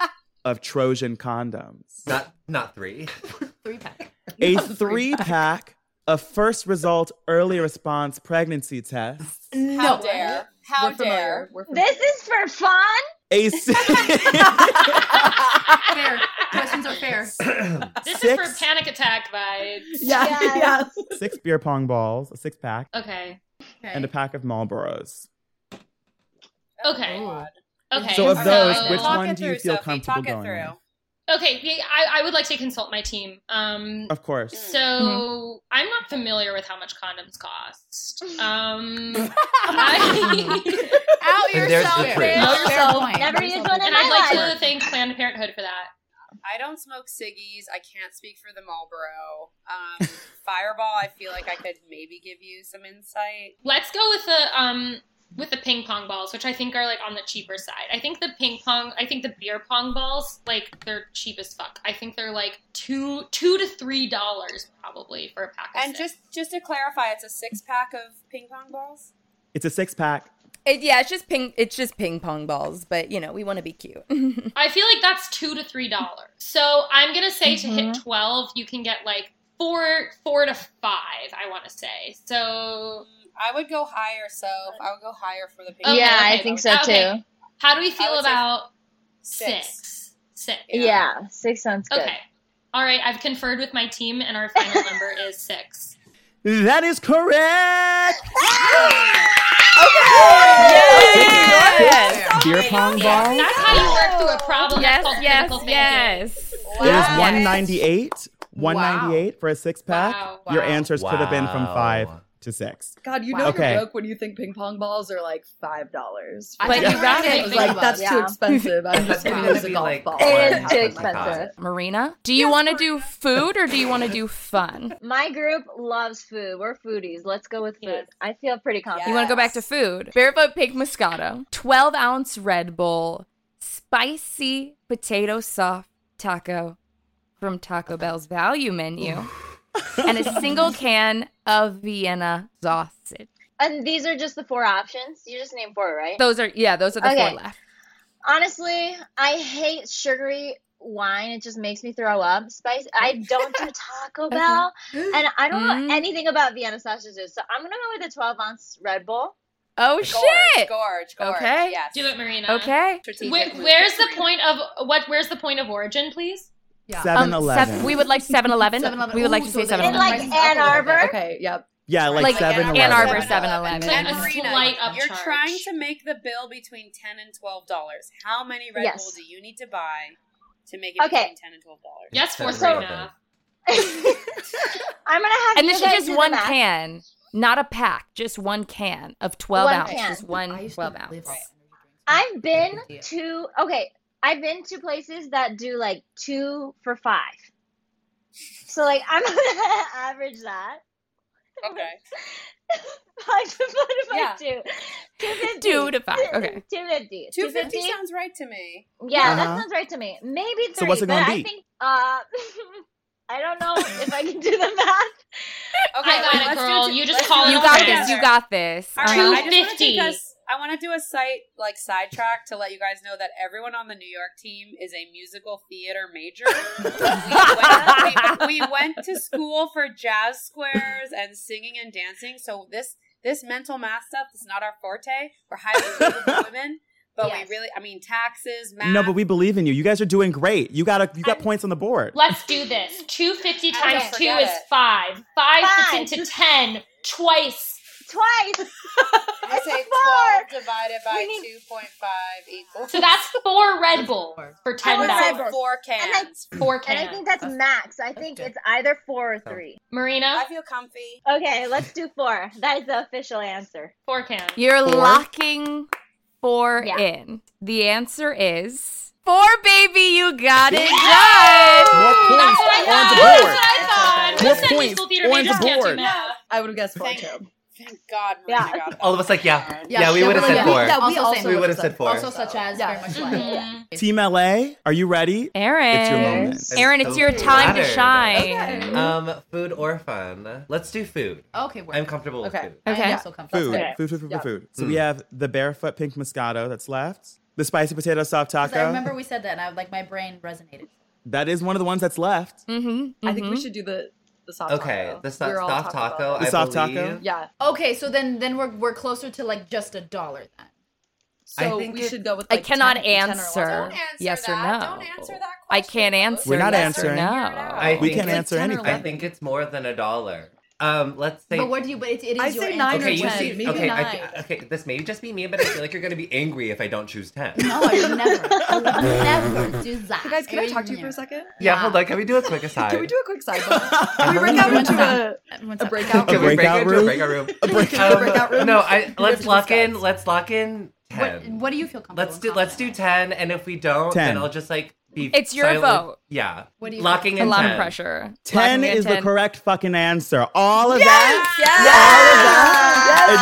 Speaker 5: of Trojan condoms,
Speaker 1: Not not three.
Speaker 5: a three pack of first result early response pregnancy test,
Speaker 3: No. How dare? How dare?
Speaker 10: This is for fun.
Speaker 5: a s-
Speaker 13: Fair. Questions are fair.
Speaker 4: this is
Speaker 5: Six.
Speaker 4: for panic attack vibes.
Speaker 5: six beer pong balls, a six pack,
Speaker 4: Okay.
Speaker 5: and a pack of Marlboros.
Speaker 4: Okay. Okay.
Speaker 5: So of those,
Speaker 4: so-
Speaker 5: which one do you feel comfortable going with?
Speaker 4: Okay, yeah, I, I would like to consult my team. Um,
Speaker 5: Of course.
Speaker 4: So I'm not familiar with how much condoms cost. Um, I,
Speaker 13: Out
Speaker 4: And
Speaker 1: there's yourself, the truth. man.
Speaker 4: Out
Speaker 1: Fair
Speaker 4: yourself.
Speaker 1: point.
Speaker 4: Never
Speaker 1: Fair
Speaker 4: used
Speaker 1: point.
Speaker 4: one in
Speaker 1: And
Speaker 4: my
Speaker 1: I'd like
Speaker 4: life.
Speaker 1: to
Speaker 4: to thank Planned Parenthood for that.
Speaker 3: I don't smoke ciggies. I can't speak for the Marlboro. Um, Fireball, I feel like I could maybe give you some insight.
Speaker 4: Let's go with the um with the ping pong balls, which I think are like on the cheaper side. I think the ping pong, I think the beer pong balls, like they're cheap as fuck. I think they're like two two to three dollars probably for a pack. Of
Speaker 3: And just just to clarify, it's a six pack of ping pong balls.
Speaker 5: It's a six pack.
Speaker 2: It, yeah, it's just ping. It's just ping pong balls, but you know we want to be cute.
Speaker 4: I feel like that's two to three dollars. So I'm gonna say to hit
Speaker 10: Mm-hmm.
Speaker 2: Mhm.
Speaker 4: twelve, you can get like four four to five. I want to say so.
Speaker 3: I would go higher, so I would go higher for the ping
Speaker 4: Okay,
Speaker 10: Yeah, I
Speaker 4: okay.
Speaker 10: think so
Speaker 4: Okay.
Speaker 10: too.
Speaker 4: How do we
Speaker 3: I
Speaker 4: feel
Speaker 3: would say
Speaker 4: about
Speaker 3: six.
Speaker 4: six? Six.
Speaker 10: Yeah. six sounds good.
Speaker 4: Okay. All right, I've conferred with my team, and our final number is six.
Speaker 5: That is correct.
Speaker 2: Ah! Yes.
Speaker 5: Beer pong ball.
Speaker 4: That's how you work through a problem.
Speaker 2: Yes,
Speaker 4: that's called
Speaker 2: yes,
Speaker 4: critical thinking.
Speaker 2: yes.
Speaker 5: It was 198. 198 for a six pack.
Speaker 9: Wow.
Speaker 5: Your answers could have been from
Speaker 1: Wow.
Speaker 5: five to six.
Speaker 9: God, you know
Speaker 5: Okay.
Speaker 9: you're broke when you think ping pong balls are like five dollars.
Speaker 2: But you got it.
Speaker 9: Like that's too
Speaker 2: Yeah.
Speaker 9: expensive. I'm just gonna use a golf ball.
Speaker 10: It is too expensive.
Speaker 2: Marina, do you want to do food or do you want to do fun?
Speaker 10: My group loves food. We're foodies. Let's go with food. I feel pretty confident.
Speaker 2: You want to go back to food? Barefoot pig Moscato, 12 ounce Red Bull, spicy potato soft taco from Taco Bell's value menu, and a single can of Vienna sausage.
Speaker 10: And these are just the four options. You just named four, right?
Speaker 2: Those are, yeah, those are the
Speaker 10: Okay.
Speaker 2: four left.
Speaker 10: Honestly, I hate sugary wine. It just makes me throw up. Spice. I don't do Taco Bell, and I don't
Speaker 2: Mm.
Speaker 10: know anything about Vienna sausages. So I'm gonna go with a 12 ounce Red Bull.
Speaker 2: Oh
Speaker 4: shit!
Speaker 3: Gorge,
Speaker 2: gorge, Okay.
Speaker 3: yes.
Speaker 4: Do it, Marina.
Speaker 2: Okay.
Speaker 4: Wh- where's the point of what? Where's the point of origin, please?
Speaker 5: Um,
Speaker 2: Yeah.
Speaker 5: 7-Eleven.
Speaker 2: Um, we would like 7 Eleven.
Speaker 4: 7-Eleven.
Speaker 2: We would like
Speaker 4: Ooh,
Speaker 2: to
Speaker 4: so
Speaker 2: say
Speaker 4: they-
Speaker 2: 7 Eleven.
Speaker 4: Like Ann Arbor?
Speaker 9: Okay, yep.
Speaker 5: Yeah, like,
Speaker 2: Like
Speaker 5: seven
Speaker 2: Ann
Speaker 5: eleven.
Speaker 2: Arbor 7-Eleven.
Speaker 3: And
Speaker 2: Like a
Speaker 3: Marina,
Speaker 2: slight
Speaker 3: you're
Speaker 2: upcharge.
Speaker 3: trying to make the bill between ten and twelve dollars. How many Red
Speaker 10: Yes.
Speaker 3: Bull do you need to buy to make it
Speaker 10: Okay.
Speaker 3: between ten and twelve dollars?
Speaker 4: Yes, for
Speaker 10: So-
Speaker 4: Marina.
Speaker 10: I'm gonna have.
Speaker 2: And
Speaker 10: you
Speaker 2: this is
Speaker 10: guys
Speaker 2: just
Speaker 10: do the
Speaker 2: one
Speaker 10: math.
Speaker 2: can, not a pack, just one can of 12
Speaker 10: One
Speaker 2: ounce.
Speaker 10: can.
Speaker 2: Just one 12 ounce.
Speaker 10: I've been to okay. I've been to places that do like two for five. So like I'm gonna average that.
Speaker 3: Okay.
Speaker 10: Five to five by two. Two fifty.
Speaker 2: Two to five, okay.
Speaker 10: Two fifty.
Speaker 3: Two fifty sounds right to me.
Speaker 10: Yeah, that
Speaker 5: Uh-huh.
Speaker 10: sounds right to me. Maybe three.
Speaker 5: So what's it
Speaker 10: but
Speaker 5: gonna
Speaker 10: I
Speaker 5: be?
Speaker 10: think uh, I don't know if I can do the math.
Speaker 3: Okay,
Speaker 4: I got
Speaker 3: wait,
Speaker 4: it,
Speaker 3: let's do
Speaker 4: girl.
Speaker 3: two-
Speaker 4: You just
Speaker 3: let's
Speaker 4: call
Speaker 3: do
Speaker 4: it
Speaker 3: two
Speaker 4: a friend.
Speaker 3: together.
Speaker 2: You got this.
Speaker 3: All right, I just want to
Speaker 4: 250.
Speaker 3: take us. I want to do a slight like sidetrack to let you guys know that everyone on the New York team is a musical theater major. we, went, we- we went to school for jazz squares and singing and dancing, so this this mental math stuff is not our forte. We're highly capable women, but we really, I mean, taxes, math.
Speaker 5: No, but we believe in you. You guys are doing great. You got a, you got points on the board.
Speaker 4: Let's do this. Two
Speaker 10: I
Speaker 4: fifty times
Speaker 10: don't
Speaker 4: two
Speaker 10: forget
Speaker 4: is
Speaker 10: it.
Speaker 4: five. Five
Speaker 10: Five.
Speaker 4: fits into ten twice.
Speaker 10: Twice.
Speaker 3: I say twelve divided by two point five equals.
Speaker 4: So that's four Red Bull for ten
Speaker 3: I would say
Speaker 4: dollars.
Speaker 3: four cans.
Speaker 4: Four
Speaker 10: And
Speaker 4: cans.
Speaker 10: I think that's max. I think it's either four or three.
Speaker 4: Marina.
Speaker 3: I feel comfy.
Speaker 10: Okay, let's do four. That is the official answer.
Speaker 4: Four cans.
Speaker 2: You're
Speaker 10: Four?
Speaker 2: locking four
Speaker 10: Yeah.
Speaker 2: in. The answer is four, baby. You got it
Speaker 5: More
Speaker 2: done.
Speaker 5: points on the
Speaker 2: thought.
Speaker 5: board. More points on the board.
Speaker 9: I would have guessed four too.
Speaker 3: Thank God, Marina got it.
Speaker 1: All of us like, yeah. Yeah,
Speaker 9: Yeah,
Speaker 1: we
Speaker 9: yeah,
Speaker 1: would have
Speaker 9: we-
Speaker 1: said
Speaker 9: yeah,
Speaker 1: four.
Speaker 9: yeah, we also
Speaker 1: we
Speaker 9: would've
Speaker 1: would have
Speaker 9: said-
Speaker 1: said four.
Speaker 9: Also, such as very much like. yeah.
Speaker 5: Team LA, are you ready?
Speaker 2: Aaron.
Speaker 5: It's your moment.
Speaker 2: Aaron, it's your time to
Speaker 1: Flattered.
Speaker 2: shine. Okay.
Speaker 1: Um, food or fun. Let's do food.
Speaker 2: Okay, word.
Speaker 1: I'm comfortable with
Speaker 2: Okay.
Speaker 1: food.
Speaker 2: Okay. I'm also
Speaker 5: Food, food, food, food, food, food.
Speaker 1: Mm.
Speaker 5: So we have the barefoot pink moscato that's left, the spicy potato soft
Speaker 14: 'Cause I
Speaker 5: taco.
Speaker 14: remember we said that, and I like my brain resonated.
Speaker 5: that is one of the ones that's left.
Speaker 13: Mm-hmm,
Speaker 9: I think we should do the the soft
Speaker 1: Okay,
Speaker 9: taco.
Speaker 1: the so-
Speaker 9: We were all
Speaker 1: soft
Speaker 9: talking about
Speaker 1: taco,
Speaker 9: that.
Speaker 1: I The soft taco? believe.
Speaker 9: Yeah.
Speaker 14: Okay, so then then we're we're closer to like just a dollar then.
Speaker 9: I So think we it- should go with, I like,
Speaker 2: cannot
Speaker 9: 10 10 or 11.
Speaker 2: answer.
Speaker 9: Don't answer
Speaker 2: yes
Speaker 9: that.
Speaker 2: or no.
Speaker 9: Don't
Speaker 2: answer that question. I can't answer.
Speaker 5: We're not
Speaker 2: yes or
Speaker 5: answering.
Speaker 2: No.
Speaker 1: I
Speaker 5: We
Speaker 1: think
Speaker 5: can't
Speaker 1: it's-
Speaker 5: answer anything.
Speaker 1: I think it's more than a dollar. Um, let's say.
Speaker 14: but what do you? But it, it is
Speaker 13: I
Speaker 14: your
Speaker 13: say nine
Speaker 14: answer.
Speaker 1: okay, you see,
Speaker 14: Maybe
Speaker 1: okay, I
Speaker 14: nine.
Speaker 1: thi- okay. This may just be me, but I feel like you're gonna be angry if I don't choose ten.
Speaker 14: No, I would never. I would never do that.
Speaker 9: You guys, can I talk to you for a second?
Speaker 1: Yeah, hold on. Can we do a quick aside?
Speaker 9: Can we do a quick sidebar? Can we break out into a, a breakout?
Speaker 1: Can
Speaker 9: room?
Speaker 1: we break
Speaker 5: breakout
Speaker 1: into
Speaker 5: room?
Speaker 1: a breakout room?
Speaker 5: A breakout-
Speaker 1: Um,
Speaker 5: breakout room?
Speaker 1: No, I, let's
Speaker 5: Ripped
Speaker 1: lock in. Let's lock in
Speaker 14: What,
Speaker 1: ten.
Speaker 14: what do you feel comfortable?
Speaker 1: let's do. Let's do ten. And if we don't,
Speaker 5: 10.
Speaker 1: then I'll just like be.
Speaker 2: It's your
Speaker 1: silently-
Speaker 2: vote.
Speaker 1: Yeah.
Speaker 2: What do you-
Speaker 1: locking
Speaker 2: A
Speaker 1: in
Speaker 2: lot of
Speaker 1: 10.
Speaker 2: pressure.
Speaker 5: 10
Speaker 2: Locking in
Speaker 5: is the
Speaker 2: 10.
Speaker 5: correct fucking answer. All of that. And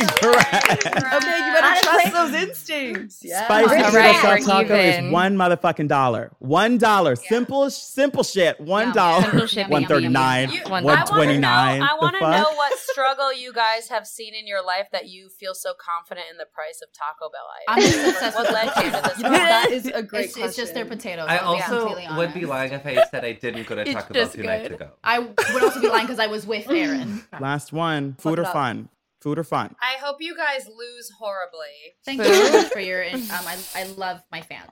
Speaker 5: you are correct.
Speaker 9: Okay, you better trust those instincts. Yeah.
Speaker 5: Spicy
Speaker 9: All
Speaker 5: All
Speaker 9: right.
Speaker 5: right, taco
Speaker 9: Even.
Speaker 5: is one motherfucking dollar. One dollar. Simple, simple shit. One dollar.
Speaker 2: Simple shit.
Speaker 5: One thirty nine.
Speaker 3: You-
Speaker 5: One twenty nine.
Speaker 3: I want to know, I wanna know what struggle you guys have seen in your life that you feel so confident in the price of Taco Bell.
Speaker 13: I'm
Speaker 3: items.
Speaker 13: just obsessed
Speaker 3: what
Speaker 13: with
Speaker 3: led you to this?
Speaker 13: You know, that is a great
Speaker 14: It's, it's just their potatoes.
Speaker 1: I
Speaker 14: I'll be
Speaker 1: also
Speaker 14: completely honest.
Speaker 1: would be lying if I said I didn't go to
Speaker 14: It's
Speaker 1: Taco Bell
Speaker 14: just
Speaker 1: two nights
Speaker 14: good.
Speaker 1: ago.
Speaker 14: I would also be lying because I was with Aaron.
Speaker 5: Last one. Food or
Speaker 3: up.
Speaker 5: fun. Food or fun.
Speaker 3: I hope you guys lose horribly.
Speaker 14: Thank you so much for your. Um, I, I love my fans.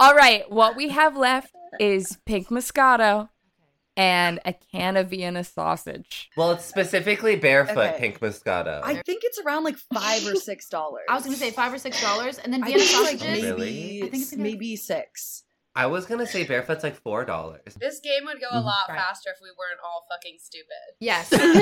Speaker 2: All right, what we have left is pink moscato and a can of Vienna sausage.
Speaker 1: Well, it's specifically barefoot
Speaker 2: Okay.
Speaker 1: pink moscato.
Speaker 9: I think it's around like five or six dollars.
Speaker 13: I was gonna say five or six dollars, and then
Speaker 9: I
Speaker 13: Vienna
Speaker 9: think it's like
Speaker 13: sausages.
Speaker 1: Really?
Speaker 9: I think it's maybe six.
Speaker 1: I was gonna say barefoot's like four dollars.
Speaker 3: This game would go a
Speaker 5: Mm-hmm.
Speaker 1: Mhm.
Speaker 3: lot
Speaker 1: Right.
Speaker 3: faster if we weren't all fucking stupid.
Speaker 13: Yes.
Speaker 1: I do want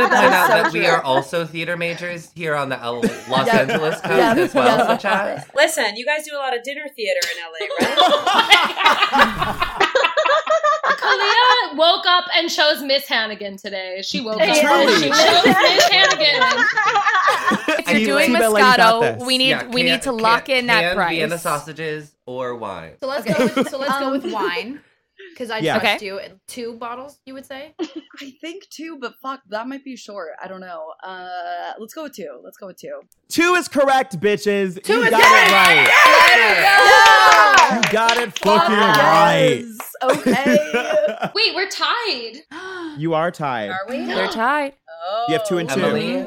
Speaker 1: to point out that we
Speaker 3: true.
Speaker 1: are also theater majors here on the L- Los
Speaker 3: Yeah.
Speaker 1: Angeles coast
Speaker 3: Yeah.
Speaker 1: as well, so chat.
Speaker 3: Listen, you guys do a lot of dinner theater in LA, right?
Speaker 4: Kalia woke up and chose Miss Hannigan today. She woke up and
Speaker 2: Truly.
Speaker 4: she chose Miss Hannigan.
Speaker 2: If you're
Speaker 1: And
Speaker 2: doing
Speaker 1: Lady Bell, you got
Speaker 2: moscato,
Speaker 1: this.
Speaker 2: we need
Speaker 1: Yeah,
Speaker 2: we
Speaker 1: can-
Speaker 2: need to
Speaker 1: can-
Speaker 2: lock in that
Speaker 1: canned
Speaker 2: price.
Speaker 1: Vienna sausages or wine.
Speaker 13: So let's go. With, so let's go
Speaker 9: Um,
Speaker 13: with wine.
Speaker 9: Because
Speaker 13: I
Speaker 1: Yeah.
Speaker 13: trust
Speaker 1: Okay.
Speaker 13: you. Two bottles, you would say?
Speaker 9: I think two, but fuck, that might be short. I don't know. Uh, let's go with two. Let's go with two.
Speaker 5: Two is correct, bitches.
Speaker 9: Two
Speaker 5: you
Speaker 9: is
Speaker 5: got
Speaker 9: correct.
Speaker 5: it right.
Speaker 9: Yeah.
Speaker 5: You got it fucking right.
Speaker 4: Wait, we're tied.
Speaker 5: You are tied.
Speaker 3: we?
Speaker 5: They're
Speaker 2: tied.
Speaker 3: Oh.
Speaker 5: You have two and two. Emily?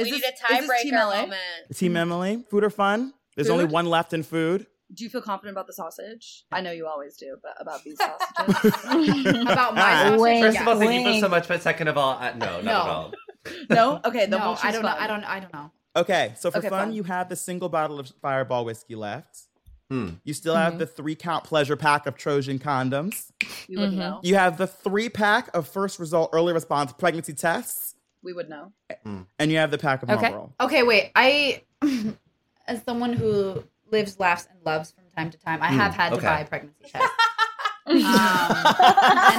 Speaker 3: we need a tiebreaker moment.
Speaker 5: Team Emily, food or fun? There's only
Speaker 9: Food.
Speaker 5: one left in food.
Speaker 9: Do you feel confident about the sausage? I know you always do, but about these sausages. about
Speaker 1: Ah.
Speaker 9: my sausage.
Speaker 1: First of all, thank you
Speaker 9: Wing.
Speaker 1: for so much, but second of all, uh, no, not
Speaker 9: No.
Speaker 1: at
Speaker 5: Oh.
Speaker 1: all.
Speaker 9: No? Okay, then
Speaker 13: no,
Speaker 9: we'll
Speaker 13: I
Speaker 9: choose
Speaker 13: don't know.
Speaker 9: fun.
Speaker 13: I don't. I don't know.
Speaker 5: Okay, so for
Speaker 13: Okay,
Speaker 5: fun,
Speaker 13: fun.
Speaker 5: you have the single bottle of Fireball whiskey left.
Speaker 1: Hmm.
Speaker 5: You still have the three count pleasure pack of Trojan condoms.
Speaker 9: We would know.
Speaker 5: You have the three pack of first result early response pregnancy tests,
Speaker 9: We would know.
Speaker 5: and you have the pack of
Speaker 13: Okay.
Speaker 5: Marlboro.
Speaker 13: Okay. Wait. I, as someone who lives, laughs, and loves from time to time,
Speaker 1: Hmm,
Speaker 13: I have
Speaker 5: Mm,
Speaker 13: had to
Speaker 5: okay.
Speaker 13: buy a pregnancy test. um, and if I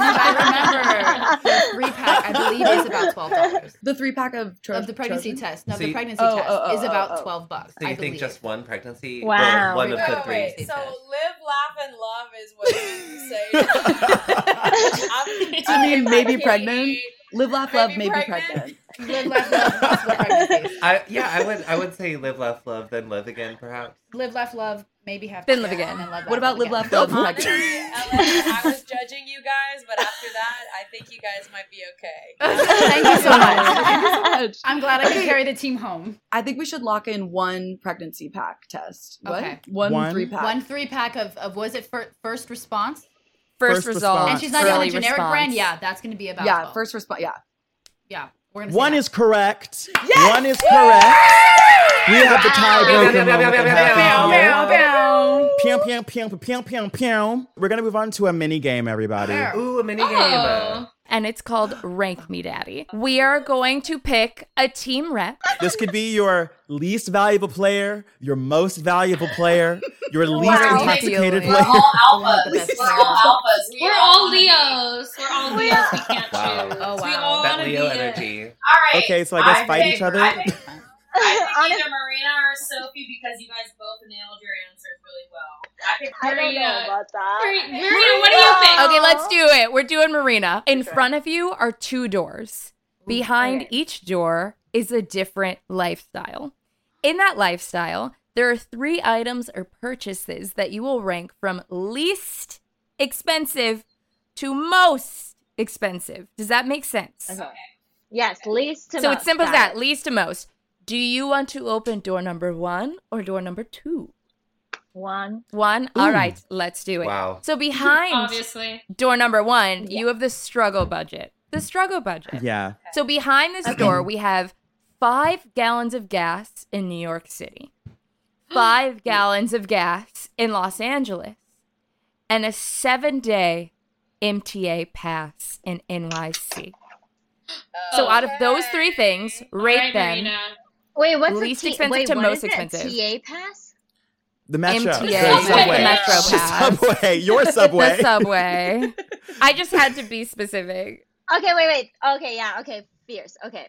Speaker 13: remember, the three pack I believe is about twelve dollars.
Speaker 9: The three pack of
Speaker 13: of the pregnancy test. No,
Speaker 1: So
Speaker 13: the
Speaker 1: you-
Speaker 13: pregnancy
Speaker 1: Oh,
Speaker 13: test
Speaker 1: oh, oh,
Speaker 13: is
Speaker 1: oh,
Speaker 13: about
Speaker 1: oh.
Speaker 13: twelve bucks.
Speaker 1: So you
Speaker 13: I
Speaker 1: think
Speaker 13: believe.
Speaker 1: just one pregnancy?
Speaker 13: Wow.
Speaker 1: Or one of
Speaker 13: Wait,
Speaker 1: the
Speaker 13: wait,
Speaker 1: three.
Speaker 13: wait.
Speaker 3: So live, laugh, and love is what you say. I'm-
Speaker 9: oh. To me, maybe
Speaker 3: I'm
Speaker 9: pregnant. Live, laugh, love, maybe pregnant.
Speaker 3: pregnant.
Speaker 13: Live, laugh, love, possible pregnancies.
Speaker 1: I, yeah, I would. I would say live, laugh, love, then live again, perhaps.
Speaker 13: Live, laugh, love. Maybe have
Speaker 2: Then
Speaker 13: to
Speaker 2: live
Speaker 13: go,
Speaker 2: again.
Speaker 13: and then love,
Speaker 9: What about live, laugh, love, pregnant?
Speaker 3: I was judging you guys, but after that, I think you guys might be okay.
Speaker 13: Thank you so much.
Speaker 9: Thank you so much.
Speaker 13: I'm glad I could
Speaker 9: Okay.
Speaker 13: carry the team home.
Speaker 9: I think we should lock in one pregnancy pack test. What?
Speaker 13: Okay.
Speaker 9: One, three pack.
Speaker 13: One three pack of, of was it fir- first response?
Speaker 5: First First result. response.
Speaker 13: And she's not doing
Speaker 5: Early
Speaker 13: a generic
Speaker 5: response.
Speaker 13: brand. Yeah, that's going to be about.
Speaker 9: yeah,
Speaker 13: 12.
Speaker 9: first response. Yeah.
Speaker 13: Yeah. We're gonna
Speaker 5: One
Speaker 13: say
Speaker 5: is correct. One is correct. We have the tiebreaker moment that happened here. Pew, pew, pew, pew, pew, pew. We're going to move on to a mini game, everybody.
Speaker 1: Ooh, a mini
Speaker 2: game. And it's called Rank Me Daddy. We are going to pick a team rep.
Speaker 5: This could be your least valuable player, your most valuable player, your least
Speaker 2: Wow.
Speaker 5: intoxicated
Speaker 2: We're
Speaker 5: player.
Speaker 2: all
Speaker 4: alphas. We're all alphas. We're all Leos. We're all
Speaker 5: We
Speaker 4: Leos.
Speaker 5: are-
Speaker 4: We can't
Speaker 5: Wow.
Speaker 4: choose.
Speaker 5: Oh,
Speaker 4: We
Speaker 5: wow.
Speaker 4: all
Speaker 5: That
Speaker 4: want to be
Speaker 5: Leo
Speaker 4: it.
Speaker 5: energy.
Speaker 4: All right.
Speaker 5: Okay, so I guess fight
Speaker 4: pick-
Speaker 5: each other?
Speaker 4: I pick-
Speaker 3: I think either Marina or Sophie because you guys both nailed your answers really well. I, think
Speaker 10: I don't know
Speaker 3: Marina-
Speaker 10: about that.
Speaker 3: Marina, what do you think?
Speaker 2: Okay, let's do it. We're doing Marina. In front of you are two doors. Behind each door is a different lifestyle. In that lifestyle, there are three items or purchases that you will rank from least expensive to most expensive. Does that make sense?
Speaker 10: Yes, least to
Speaker 2: so
Speaker 10: most.
Speaker 2: it's simple as
Speaker 10: Got
Speaker 2: that, least to most. Do you want to open door number one or door number two?
Speaker 10: it. One.
Speaker 2: One? All right, let's do it.
Speaker 1: Wow.
Speaker 2: So behind
Speaker 4: Obviously.
Speaker 2: door number one, you have the struggle budget. The struggle budget.
Speaker 5: Yeah.
Speaker 2: So behind this door, we have five gallons of gas in New York City, five gallons of gas in Los Angeles, and a seven day MTA pass in NYC. So out of those three things, rate
Speaker 10: right,
Speaker 2: them.
Speaker 10: Marina. Wait, what's the
Speaker 2: Least
Speaker 10: T-
Speaker 2: expensive
Speaker 10: wait,
Speaker 2: to
Speaker 10: what
Speaker 2: most
Speaker 10: is it?
Speaker 2: expensive.
Speaker 10: TA pass?
Speaker 5: The metro.
Speaker 2: MTA,
Speaker 5: The subway.
Speaker 2: the Metro
Speaker 5: The
Speaker 2: Pass.
Speaker 5: subway. Your subway.
Speaker 2: the subway. I just had to be specific.
Speaker 10: Okay, wait, wait. Okay, yeah. Okay, fierce. Okay.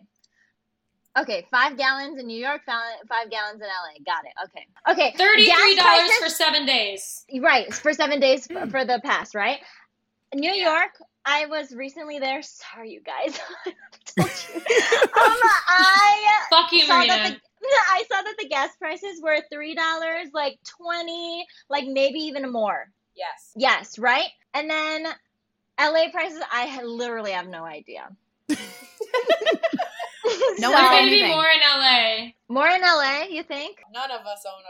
Speaker 10: Okay, five gallons in New York, fal- five gallons in LA. Got it. Okay. Okay.
Speaker 4: $33
Speaker 10: gas prices-
Speaker 4: for seven days.
Speaker 10: Right, for seven days f- for the pass, right? New York, I was recently there. Sorry, you guys. I told you. Um, I
Speaker 4: Fuck you,
Speaker 10: saw That
Speaker 4: Marina.
Speaker 10: the, I saw that the gas prices were three dollars, like twenty, like maybe even more.
Speaker 3: Yes.
Speaker 10: Yes, right. And then LA prices, I ha- literally have no idea.
Speaker 4: No one said anything. More in LA.
Speaker 10: More in LA, you think?
Speaker 3: None of us own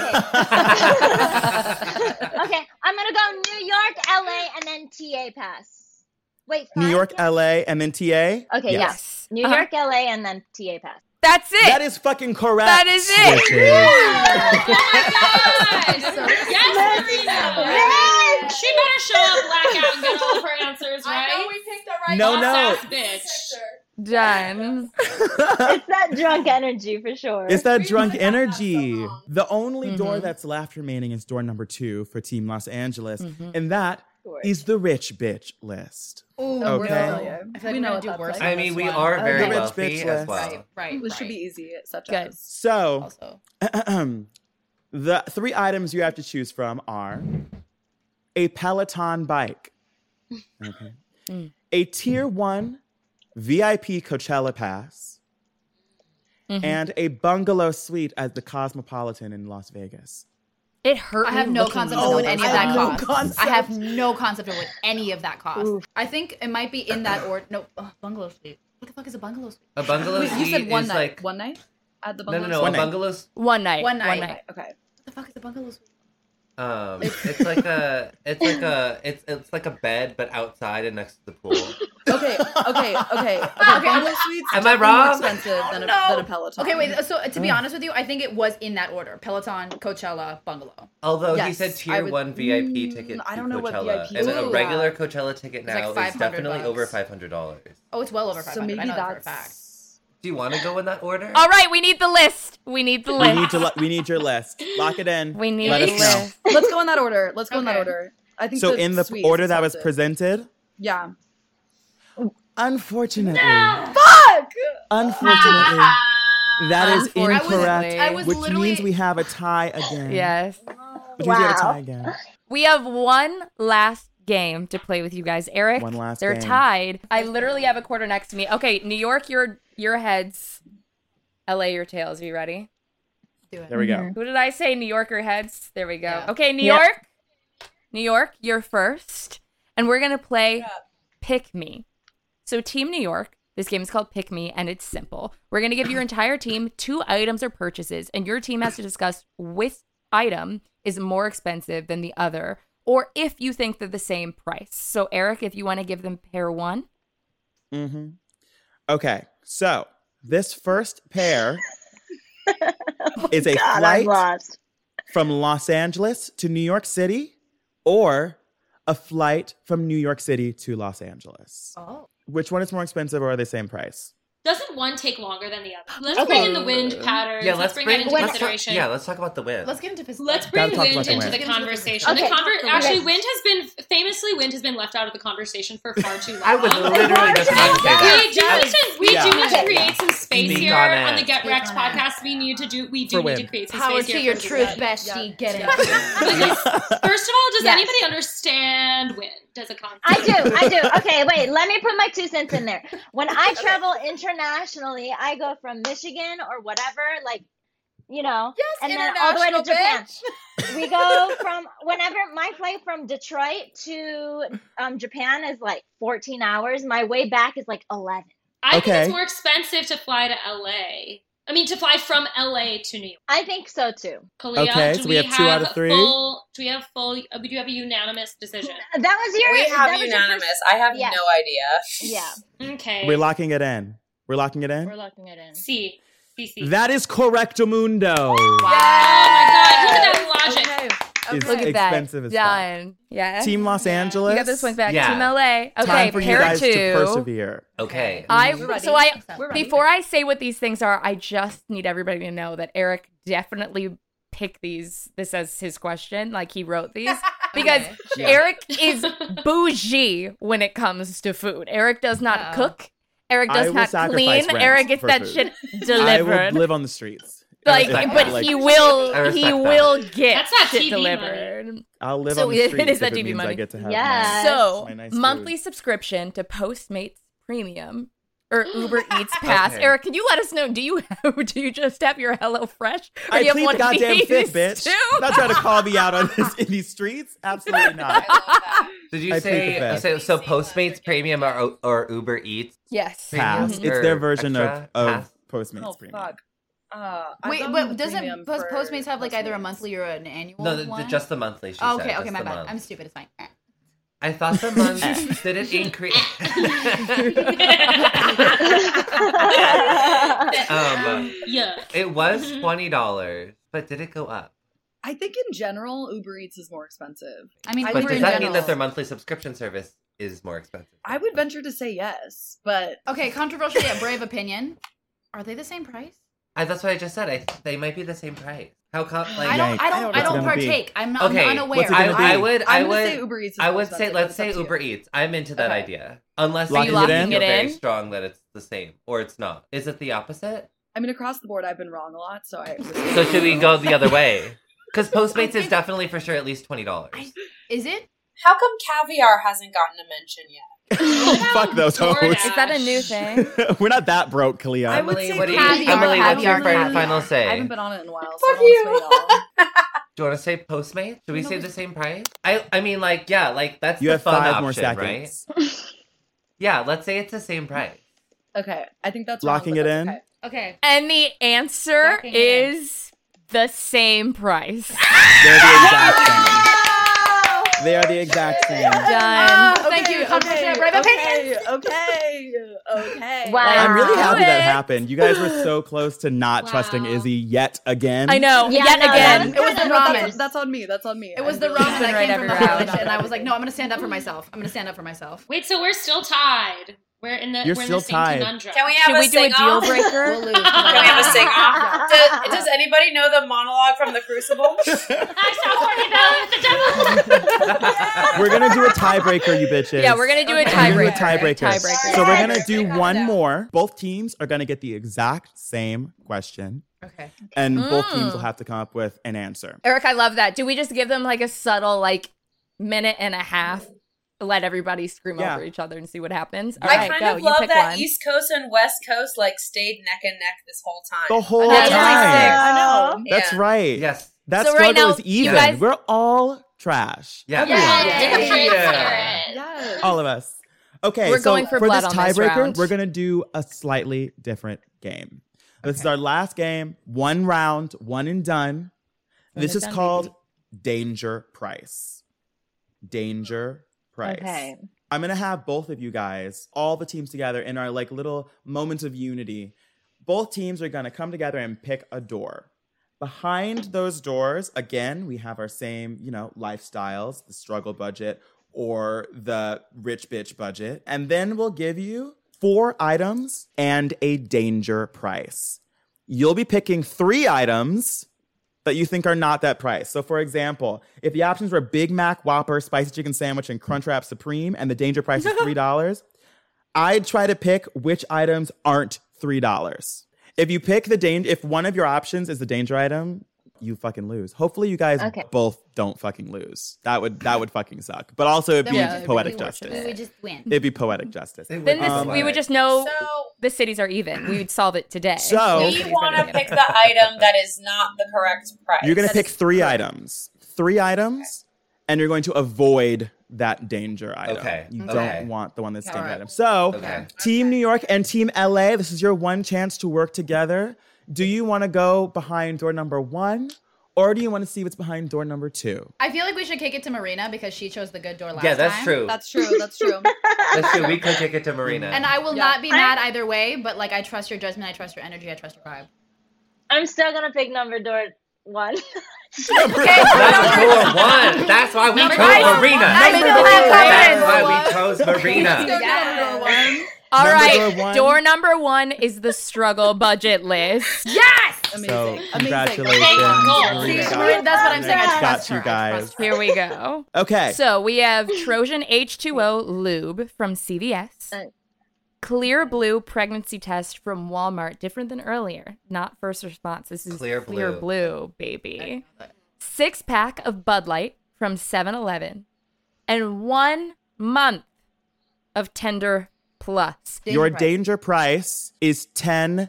Speaker 3: a car. This is
Speaker 10: okay, I'm gonna go New York, LA, and then TA pass. Wait,
Speaker 5: New York, LA, and then TA.
Speaker 10: okay, yes, New York, LA, and then TA pass.
Speaker 2: That's it.
Speaker 5: That is fucking correct.
Speaker 10: That is it.
Speaker 5: bitches.
Speaker 2: Oh
Speaker 4: yes, Marina. She better show up blackout and get all of her answers right. I know we
Speaker 3: picked the
Speaker 5: right No, one. no.
Speaker 4: Ass bitch.
Speaker 2: Done.
Speaker 10: it's that drunk energy for sure.
Speaker 5: It's that drunk energy. the only
Speaker 2: Mm-hmm.
Speaker 5: door that's left remaining is door number two for Team Los Angeles,
Speaker 2: Mm-hmm.
Speaker 10: Mhm.
Speaker 5: and that is the rich bitch list.
Speaker 13: Ooh,
Speaker 5: Okay.
Speaker 13: we're familiar. I feel like
Speaker 9: We
Speaker 13: we
Speaker 9: know
Speaker 13: know
Speaker 9: what
Speaker 13: do
Speaker 9: that
Speaker 13: worse.
Speaker 9: place
Speaker 13: on
Speaker 1: I mean,
Speaker 13: this
Speaker 1: we
Speaker 13: one.
Speaker 1: are
Speaker 5: Oh, The
Speaker 1: very
Speaker 5: rich
Speaker 1: wealthy
Speaker 5: bitch
Speaker 1: as
Speaker 5: list.
Speaker 1: well.
Speaker 5: Right.
Speaker 13: Right.
Speaker 9: This should be easy, such
Speaker 2: Good.
Speaker 9: as.
Speaker 5: So, the three items you have to choose from are a Peloton bike, okay,
Speaker 2: Mm.
Speaker 5: a tier one VIP Coachella pass,
Speaker 2: Mhm.
Speaker 5: and a bungalow suite at the Cosmopolitan in Las Vegas.
Speaker 2: It hurt.
Speaker 13: I have
Speaker 2: me
Speaker 13: no
Speaker 2: looking
Speaker 13: concept
Speaker 2: these
Speaker 13: of what
Speaker 2: numbers
Speaker 13: any of
Speaker 2: up.
Speaker 13: that
Speaker 1: Oh,
Speaker 13: costs. I have no concept of what any of that costs.
Speaker 2: Oof.
Speaker 13: I think it might be in that order. No, ugh, bungalow suite. What the fuck is a bungalow suite?
Speaker 1: A bungalow
Speaker 13: Wait, You
Speaker 1: suite
Speaker 13: said one
Speaker 1: is
Speaker 13: night.
Speaker 1: like-
Speaker 13: one night at the
Speaker 1: No, no,
Speaker 13: bungalow.
Speaker 1: no.
Speaker 13: suite?
Speaker 1: a bungalow's
Speaker 2: One night.
Speaker 13: One night.
Speaker 9: Okay.
Speaker 13: What the fuck is a bungalow suite?
Speaker 1: um, it's like a, it's like a, it's it's like a bed but outside and next to the pool.
Speaker 9: Okay, okay, okay. Okay, bungalow
Speaker 1: Am
Speaker 9: suites
Speaker 1: I
Speaker 9: definitely more
Speaker 1: wrong?
Speaker 9: expensive than, a,
Speaker 13: Oh, No.
Speaker 9: than a Peloton.
Speaker 13: Okay, wait. So uh, to be
Speaker 1: Mm.
Speaker 13: honest with you, I think it was in that order: Peloton, Coachella, bungalow.
Speaker 1: Although he
Speaker 13: Yes,
Speaker 1: said
Speaker 13: I
Speaker 1: tier
Speaker 13: would-
Speaker 1: one VIP ticket
Speaker 13: I
Speaker 1: to
Speaker 13: don't know what
Speaker 1: Coachella,
Speaker 13: VIP
Speaker 1: and
Speaker 13: is.
Speaker 1: a
Speaker 13: Ooh.
Speaker 1: regular Coachella ticket
Speaker 13: It's like
Speaker 1: now is
Speaker 13: 500
Speaker 1: definitely
Speaker 13: bucks.
Speaker 1: over five hundred dollars.
Speaker 13: Oh, it's well over five
Speaker 9: So
Speaker 13: hundred.
Speaker 9: maybe
Speaker 13: I know that for a fact.
Speaker 9: that's.
Speaker 1: Do you want to go in that order?
Speaker 2: All right, we need the list. We need the
Speaker 5: We
Speaker 2: list.
Speaker 5: need to lo- we need your list. Lock it in.
Speaker 2: We need
Speaker 5: Let us
Speaker 2: the
Speaker 5: know.
Speaker 2: list.
Speaker 9: Let's go in that order. Let's go in that order. I think
Speaker 5: So in the
Speaker 9: suite is
Speaker 5: order that was
Speaker 9: expensive.
Speaker 5: presented,
Speaker 9: Yeah.
Speaker 5: unfortunately,
Speaker 9: Fuck!
Speaker 5: unfortunately, that is
Speaker 2: Unfortunately.
Speaker 5: incorrect,
Speaker 2: I was
Speaker 5: which
Speaker 2: literally-
Speaker 5: means we have a tie again.
Speaker 2: Yes.
Speaker 5: Which means we have a tie again.
Speaker 2: We have one last game to play with you guys, Eric.
Speaker 5: One last
Speaker 2: They're
Speaker 5: game.
Speaker 2: tied. I literally have a quarter next to me. Okay, New York, your your heads. LA, your tails. You ready? Do it.
Speaker 5: There we go.
Speaker 2: Who did I say? New Yorker heads. There we go. Okay, New
Speaker 5: Yeah.
Speaker 2: York. New York, you're first. And we're going to play Pick Me. So, Team New York, this game is called Pick Me, and it's simple. We're going to give your entire team two items or purchases, and your team has to discuss which item is more expensive than the other, or if you think they're the same price. So, Eric, if you want to give them pair one.
Speaker 5: hmm Okay, so this first pair is a
Speaker 10: God, I'm
Speaker 5: flight from Los Angeles to New York City, or a flight from New York City to Los Angeles.
Speaker 13: Oh.
Speaker 5: Which one is more expensive, or are they same price?
Speaker 4: Doesn't one take longer than the other? Let's
Speaker 10: Okay.
Speaker 4: bring in the wind patterns.
Speaker 1: Yeah, let's
Speaker 4: let's, bring,
Speaker 1: bring.
Speaker 4: that into
Speaker 1: let's
Speaker 4: consideration.
Speaker 1: Talk, yeah, let's talk about the win.
Speaker 13: get into physics.
Speaker 4: Let's
Speaker 1: Gotta
Speaker 4: bring
Speaker 1: talk about
Speaker 4: wind
Speaker 1: the
Speaker 4: into
Speaker 1: wind.
Speaker 4: the
Speaker 1: Let's
Speaker 4: conversation.
Speaker 10: Okay.
Speaker 4: The conver-
Speaker 10: Okay.
Speaker 4: actually, wind has been famously wind has been left out of the conversation for far too long.
Speaker 1: I was literally just about to say that.
Speaker 4: We do need to, we
Speaker 1: Yeah.
Speaker 4: do need to
Speaker 1: Yeah.
Speaker 4: create some space
Speaker 1: Speak
Speaker 4: here
Speaker 1: on
Speaker 4: on,
Speaker 1: it.
Speaker 4: the Get
Speaker 1: Speak
Speaker 4: Wrecked
Speaker 1: on it.
Speaker 4: podcast. We need to do. We do
Speaker 5: For
Speaker 4: need to
Speaker 5: wind.
Speaker 4: create some
Speaker 14: Power
Speaker 4: space
Speaker 14: to
Speaker 4: here
Speaker 14: your
Speaker 4: for the
Speaker 14: truth,
Speaker 4: Get-
Speaker 14: bestie.
Speaker 4: Yeah.
Speaker 14: Get it.
Speaker 4: First of all, does
Speaker 10: Yes.
Speaker 4: anybody understand wind as a concept?
Speaker 10: I do, I do. Okay, wait, let me put my two cents in there. When I travel internationally, I go from Michigan or whatever, like, you know,
Speaker 14: Yes,
Speaker 10: and then all the way to Japan.
Speaker 14: international,
Speaker 10: We go from whenever my flight from Detroit to um, Japan is like 14 hours. My way back is like 11.
Speaker 4: I think
Speaker 5: Okay.
Speaker 4: it's more expensive to fly to LA. I mean, to fly from LA to New York.
Speaker 10: I think so too.
Speaker 4: Kalia,
Speaker 5: Okay,
Speaker 4: do
Speaker 5: so we have two out of
Speaker 4: a
Speaker 5: three.
Speaker 4: Full, do we have full? uh, We do have a unanimous decision.
Speaker 10: That was your.
Speaker 3: We have
Speaker 10: that was your
Speaker 3: unanimous.
Speaker 10: first-
Speaker 3: I have
Speaker 10: Yes.
Speaker 3: no idea.
Speaker 10: Yeah.
Speaker 4: Okay.
Speaker 5: We're locking it in. We're locking it in.
Speaker 4: locking it in. C. C. C.
Speaker 5: That is correctamundo.
Speaker 4: Oh my god! Look at that logic.
Speaker 5: It's
Speaker 2: Look at that.
Speaker 5: expensive as fuck.
Speaker 2: Done. Yeah.
Speaker 5: Team Los Angeles.
Speaker 2: You got this one back.
Speaker 5: Yeah.
Speaker 2: Team LA. Okay,
Speaker 5: Time for
Speaker 2: pair
Speaker 5: you guys
Speaker 2: two.
Speaker 5: to persevere.
Speaker 1: Okay.
Speaker 2: I so I before I say what these things are, I just need everybody to know that Eric definitely picked these this as his question. Like he wrote these. Because
Speaker 15: Yeah.
Speaker 2: Eric is bougie when it comes to food. Eric does not
Speaker 4: Oh.
Speaker 2: cook. Eric
Speaker 5: I
Speaker 2: does
Speaker 5: will
Speaker 2: not
Speaker 5: sacrifice
Speaker 2: clean.
Speaker 5: rent
Speaker 2: Eric gets
Speaker 5: for
Speaker 2: that
Speaker 5: food.
Speaker 2: shit
Speaker 5: I
Speaker 2: delivered.
Speaker 5: will live on the streets.
Speaker 2: like,
Speaker 5: If I-
Speaker 2: but
Speaker 5: like,
Speaker 2: he will.
Speaker 5: I respect
Speaker 2: He
Speaker 5: that.
Speaker 2: will get
Speaker 4: That's not
Speaker 2: shit
Speaker 4: TV
Speaker 2: delivered.
Speaker 5: I'll live
Speaker 2: so
Speaker 5: on
Speaker 2: it-
Speaker 5: the
Speaker 2: it
Speaker 5: streets.
Speaker 2: is
Speaker 5: if
Speaker 2: that
Speaker 5: it
Speaker 2: TV
Speaker 5: means I
Speaker 2: money.
Speaker 5: get to have
Speaker 10: Yes.
Speaker 5: my,
Speaker 2: So
Speaker 5: my nice
Speaker 2: monthly
Speaker 5: food.
Speaker 2: subscription to Postmates Premium or Uber Eats Pass.
Speaker 5: Okay.
Speaker 2: Eric, can you let us know? Do you have, do you just have your Hello Fresh? Or do
Speaker 5: I
Speaker 2: you have
Speaker 5: plead
Speaker 2: one
Speaker 5: the
Speaker 2: of
Speaker 5: goddamn
Speaker 2: these?
Speaker 5: fifth, bitch. Not trying to call me out on this in these streets. Absolutely not.
Speaker 1: Did you
Speaker 5: I plead the
Speaker 1: say
Speaker 5: fifth.
Speaker 1: so? So Postmates Premium or, or Uber Eats?
Speaker 2: Yes.
Speaker 5: Pass.
Speaker 1: Premium
Speaker 5: It's their
Speaker 1: or
Speaker 5: version of,
Speaker 1: extra?
Speaker 5: of
Speaker 1: Pass.
Speaker 5: Postmates
Speaker 13: Oh,
Speaker 5: Premium.
Speaker 9: Fuck. Uh, I
Speaker 13: Wait,
Speaker 9: thought it
Speaker 13: but
Speaker 9: was
Speaker 13: doesn't
Speaker 9: premium
Speaker 13: Post-
Speaker 9: for-
Speaker 13: Postmates have like either a monthly or an annual?
Speaker 1: No, the- the-
Speaker 13: one?
Speaker 1: just the monthly, she
Speaker 13: oh,
Speaker 1: said,
Speaker 13: okay,
Speaker 1: just
Speaker 13: okay,
Speaker 1: the
Speaker 13: my bad.
Speaker 1: month.
Speaker 13: I'm stupid. It's fine.
Speaker 1: I thought the month did it increase. um,
Speaker 4: yeah.
Speaker 1: It was
Speaker 13: Mm-hmm.
Speaker 1: twenty dollars, but did it go up?
Speaker 9: I think in general, Uber Eats is more expensive.
Speaker 13: I mean,
Speaker 1: but does that mean that their monthly subscription service is more expensive?
Speaker 9: I would venture to say yes, but
Speaker 13: okay, controversial yet brave opinion. Are they the same price?
Speaker 1: I, that's what I just said. I they might be the same price. How come? Like,
Speaker 13: I don't. I don't. I don't partake. I'm not.
Speaker 1: okay,
Speaker 13: I'm unaware.
Speaker 1: I, I would. I
Speaker 13: I'm
Speaker 1: would.
Speaker 13: gonna
Speaker 1: I
Speaker 13: say
Speaker 1: would
Speaker 13: Uber Eats is
Speaker 1: I
Speaker 13: more
Speaker 1: would say.
Speaker 13: expensive,
Speaker 1: Let's
Speaker 13: but
Speaker 1: say
Speaker 13: it's up to
Speaker 1: Uber Eats. I'm into that
Speaker 13: Okay.
Speaker 1: idea. Unless
Speaker 5: Locking
Speaker 1: you
Speaker 5: it
Speaker 1: feel
Speaker 5: in?
Speaker 1: very
Speaker 5: in?
Speaker 1: strong that it's the same, or it's not. Is it the opposite?
Speaker 9: I mean, across the board, I've been wrong a lot, so I.
Speaker 1: So should we go the other way? Because Postmates is definitely for sure at least twenty dollars.
Speaker 13: Is it?
Speaker 3: How come caviar hasn't gotten a mention yet?
Speaker 5: Fuck those hoes.
Speaker 1: Oh,
Speaker 2: Is that a new thing?
Speaker 5: We're not that broke, Kalia.
Speaker 9: I would say
Speaker 1: what do you,
Speaker 9: caviar.
Speaker 1: Emily, what's your
Speaker 9: Caviar.
Speaker 1: fir- final
Speaker 9: I
Speaker 1: say?
Speaker 9: haven't been on it in a while. So Fuck you.
Speaker 1: Do you want to say Postmates? Should we say the same price? I I mean, like, yeah, like that's
Speaker 5: You
Speaker 1: the
Speaker 5: have
Speaker 1: fun
Speaker 5: five
Speaker 1: option,
Speaker 5: more
Speaker 1: right? yeah, let's say it's the same price.
Speaker 9: Okay, I think that's
Speaker 5: Locking it in.
Speaker 2: Okay. And the answer is the same price.
Speaker 5: They're the exact same. They are the exact same.
Speaker 2: Done.
Speaker 13: Oh, thank you. Controversial yet brave opinion.
Speaker 9: Ah, Okay, okay, okay.
Speaker 5: I'm really happy that
Speaker 2: it.
Speaker 5: happened. You guys were so close to not trusting Izzy yet again.
Speaker 2: I know. yet again.
Speaker 13: It was the ramen.
Speaker 9: That's on me. That's on me.
Speaker 13: It was the ramen that came from the village, and I was like, no, I'm gonna stand up for myself. I'm gonna stand up for myself.
Speaker 4: Wait, so we're still tied. We're in the.
Speaker 5: You're
Speaker 4: we're
Speaker 5: still
Speaker 4: in the same
Speaker 5: tied.
Speaker 4: Conundrum.
Speaker 3: Can we have
Speaker 2: Should
Speaker 3: a
Speaker 2: we do a deal
Speaker 3: sing-off?
Speaker 2: breaker?
Speaker 13: We'll
Speaker 3: Can we have a sing off? Does, does anybody know the monologue from The Crucible?
Speaker 5: We're gonna do a tiebreaker, you bitches.
Speaker 2: Yeah, we're gonna do a
Speaker 5: We're gonna do
Speaker 2: tiebreaker.
Speaker 5: tiebreaker.
Speaker 2: Tiebreaker.
Speaker 5: So we're gonna do one more. Both teams are gonna get the exact same question.
Speaker 13: Okay.
Speaker 5: And both teams
Speaker 2: Mm.
Speaker 5: will have to come up with an answer.
Speaker 2: Eric, I love that. Do we just give them like a subtle like minute and a half? Let everybody scream
Speaker 5: Yeah.
Speaker 2: over each other and see what happens. All
Speaker 3: I
Speaker 2: right,
Speaker 3: kind
Speaker 2: go.
Speaker 3: of
Speaker 2: you
Speaker 3: love
Speaker 2: pick
Speaker 3: that
Speaker 2: one.
Speaker 3: East Coast and West Coast like stayed neck and neck this whole time.
Speaker 5: The whole
Speaker 3: That's
Speaker 5: time.
Speaker 3: like sick. I know.
Speaker 5: That's
Speaker 3: Yeah.
Speaker 5: right.
Speaker 1: Yes.
Speaker 5: That
Speaker 3: So right
Speaker 5: struggle
Speaker 3: now,
Speaker 5: is
Speaker 3: you
Speaker 5: even.
Speaker 3: guys-
Speaker 5: We're all trash.
Speaker 1: Yeah.
Speaker 3: Yes.
Speaker 5: Everyone.
Speaker 3: Yeah.
Speaker 5: All of us. Okay,
Speaker 2: We're
Speaker 5: so
Speaker 2: going for
Speaker 5: for
Speaker 2: blood
Speaker 5: this
Speaker 2: on this
Speaker 5: tiebreaker,
Speaker 2: round.
Speaker 5: we're gonna do a slightly different game. This is our last game, one round, one and done.
Speaker 2: One
Speaker 5: this is
Speaker 2: and done,
Speaker 5: called Danger Price. Danger Price.
Speaker 9: Okay.
Speaker 5: I'm gonna have both of you guys, all the teams together in our like little moments of unity. Both teams are gonna come together and pick a door. Behind those doors, again, we have our same, you know, lifestyles, the struggle budget or the rich bitch budget. And then we'll give you four items and a danger price. You'll be picking three items that you think are not that price. So, for example, if the options were Big Mac, Whopper, Spicy Chicken Sandwich, and Crunchwrap Supreme, and the danger price is $3, I'd try to pick which items aren't $3. If you pick the danger, if one of your options is the danger item, you fucking lose. Hopefully, you guys
Speaker 6: Okay.
Speaker 5: both don't fucking lose. That would that would fucking suck. But also, it'd
Speaker 13: Then
Speaker 5: be
Speaker 13: we would-
Speaker 5: poetic
Speaker 13: we would-
Speaker 5: justice. Um,
Speaker 13: we would just win.
Speaker 5: It'd be poetic justice.
Speaker 2: Then this, we would just know the cities are even. We would solve it today.
Speaker 5: So-
Speaker 3: We want to pick the item that is not the correct price.
Speaker 5: You're going to pick three items. Three items, and you're going to avoid that danger item.
Speaker 1: Okay.
Speaker 5: You
Speaker 1: Okay.
Speaker 5: don't want the one that's danger
Speaker 1: Alright.
Speaker 5: item. So,
Speaker 1: Okay.
Speaker 5: Team New York and Team LA, this is your one chance to work together do you want to go behind door number one or do you want to see what's behind door number two?
Speaker 13: I feel like we should kick it to Marina because she chose the good door last time.
Speaker 1: Yeah, that's true.
Speaker 13: That's true. That's true.
Speaker 1: Let's do. We could take it to Marina.
Speaker 13: and I will not be mad either way, but like I trust your judgment, I trust your energy, I trust your vibe.
Speaker 10: I'm still gonna pick number door one.
Speaker 1: That's door one. That's why we
Speaker 10: Number
Speaker 1: chose
Speaker 10: one.
Speaker 1: Marina.
Speaker 10: I still have
Speaker 1: That's
Speaker 10: confidence.
Speaker 1: why we chose Marina.
Speaker 2: All
Speaker 1: Number
Speaker 2: right,
Speaker 1: door one.
Speaker 2: door number one is the struggle budget list. Yes.
Speaker 5: So congratulations. Marina.
Speaker 2: See, Marina, that's what I'm saying. I
Speaker 5: Got you guys.
Speaker 2: Here we go.
Speaker 5: Okay.
Speaker 2: So we have Trojan H2O lube from CVS. Clear blue pregnancy test from Walmart, different than earlier. Not first response. This is
Speaker 1: Clear
Speaker 2: clear blue,
Speaker 1: Blue.
Speaker 2: baby. Six pack of Bud Light from 7 Eleven. And one month of Tender Plus.
Speaker 5: Your danger price is ten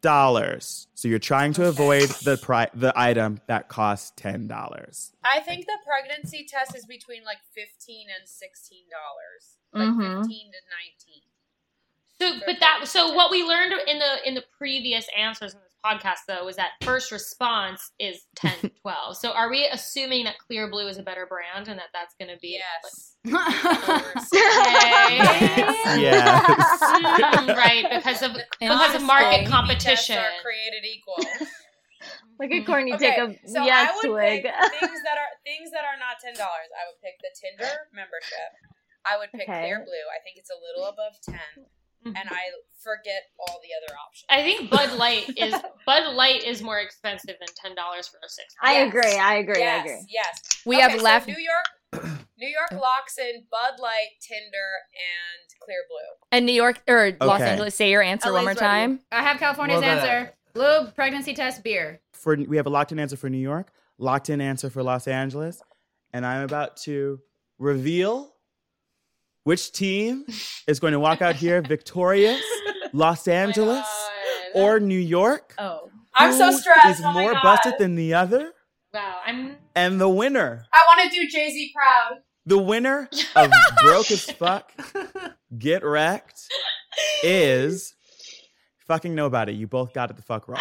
Speaker 5: dollars. So you're trying to avoid the pri- the item that costs ten dollars.
Speaker 3: I think the pregnancy test is between like fifteen and sixteen dollars, like
Speaker 5: Mhm.
Speaker 3: fifteen to nineteen.
Speaker 4: So, but that so what we learned in the in the previous answers in this podcast though was that first response is 10 12. So are we assuming that Clear Blue is a better brand and that that's going to be yes.
Speaker 5: Yes.
Speaker 4: Hmm,
Speaker 3: Mm,
Speaker 4: right because of because of market
Speaker 3: Honestly,
Speaker 4: competition.
Speaker 3: tests are created equal.
Speaker 10: Like
Speaker 4: Mm.
Speaker 10: a corny
Speaker 3: Mm-hmm. Okay,
Speaker 10: take of
Speaker 3: so
Speaker 10: yes
Speaker 3: I would
Speaker 10: twig.
Speaker 3: pick things that are things that are not ten dollars. I would pick the Tinder membership. I would pick
Speaker 4: Okay.
Speaker 3: Clear Blue. I think it's a little above 10
Speaker 10: Mm-hmm.
Speaker 3: and I forget all the other options.
Speaker 4: I think Bud Light is Bud Light is more expensive than ten dollars for a six.
Speaker 10: I
Speaker 4: pack.
Speaker 10: agree. I agree.
Speaker 3: yes,
Speaker 10: I agree.
Speaker 3: Yes.
Speaker 2: We
Speaker 3: Okay,
Speaker 2: have
Speaker 3: so
Speaker 2: left-
Speaker 3: New York. New York locks in Bud Light, Tinder, and Clear Blue.
Speaker 2: And New York or Los
Speaker 5: Okay.
Speaker 2: Angeles, say your answer one more
Speaker 13: LA's ready.
Speaker 2: time.
Speaker 13: I have California's
Speaker 5: Well, that-
Speaker 13: answer. Lube, pregnancy test, beer.
Speaker 5: For we have a locked in answer for New York, locked in answer for Los Angeles, and I'm about to reveal which team is going to walk out here victorious, Los
Speaker 13: Oh
Speaker 5: Angeles or New York.
Speaker 4: Oh.
Speaker 3: I'm so
Speaker 5: Who Is
Speaker 3: stressed. Oh my
Speaker 5: more
Speaker 3: God.
Speaker 5: busted than the other,
Speaker 4: Wow, I'm
Speaker 5: and the winner
Speaker 3: I want to do Jay Z proud.
Speaker 5: The winner of Broke as Fuck, Get Wrecked is fucking nobody. You both got it the fuck wrong.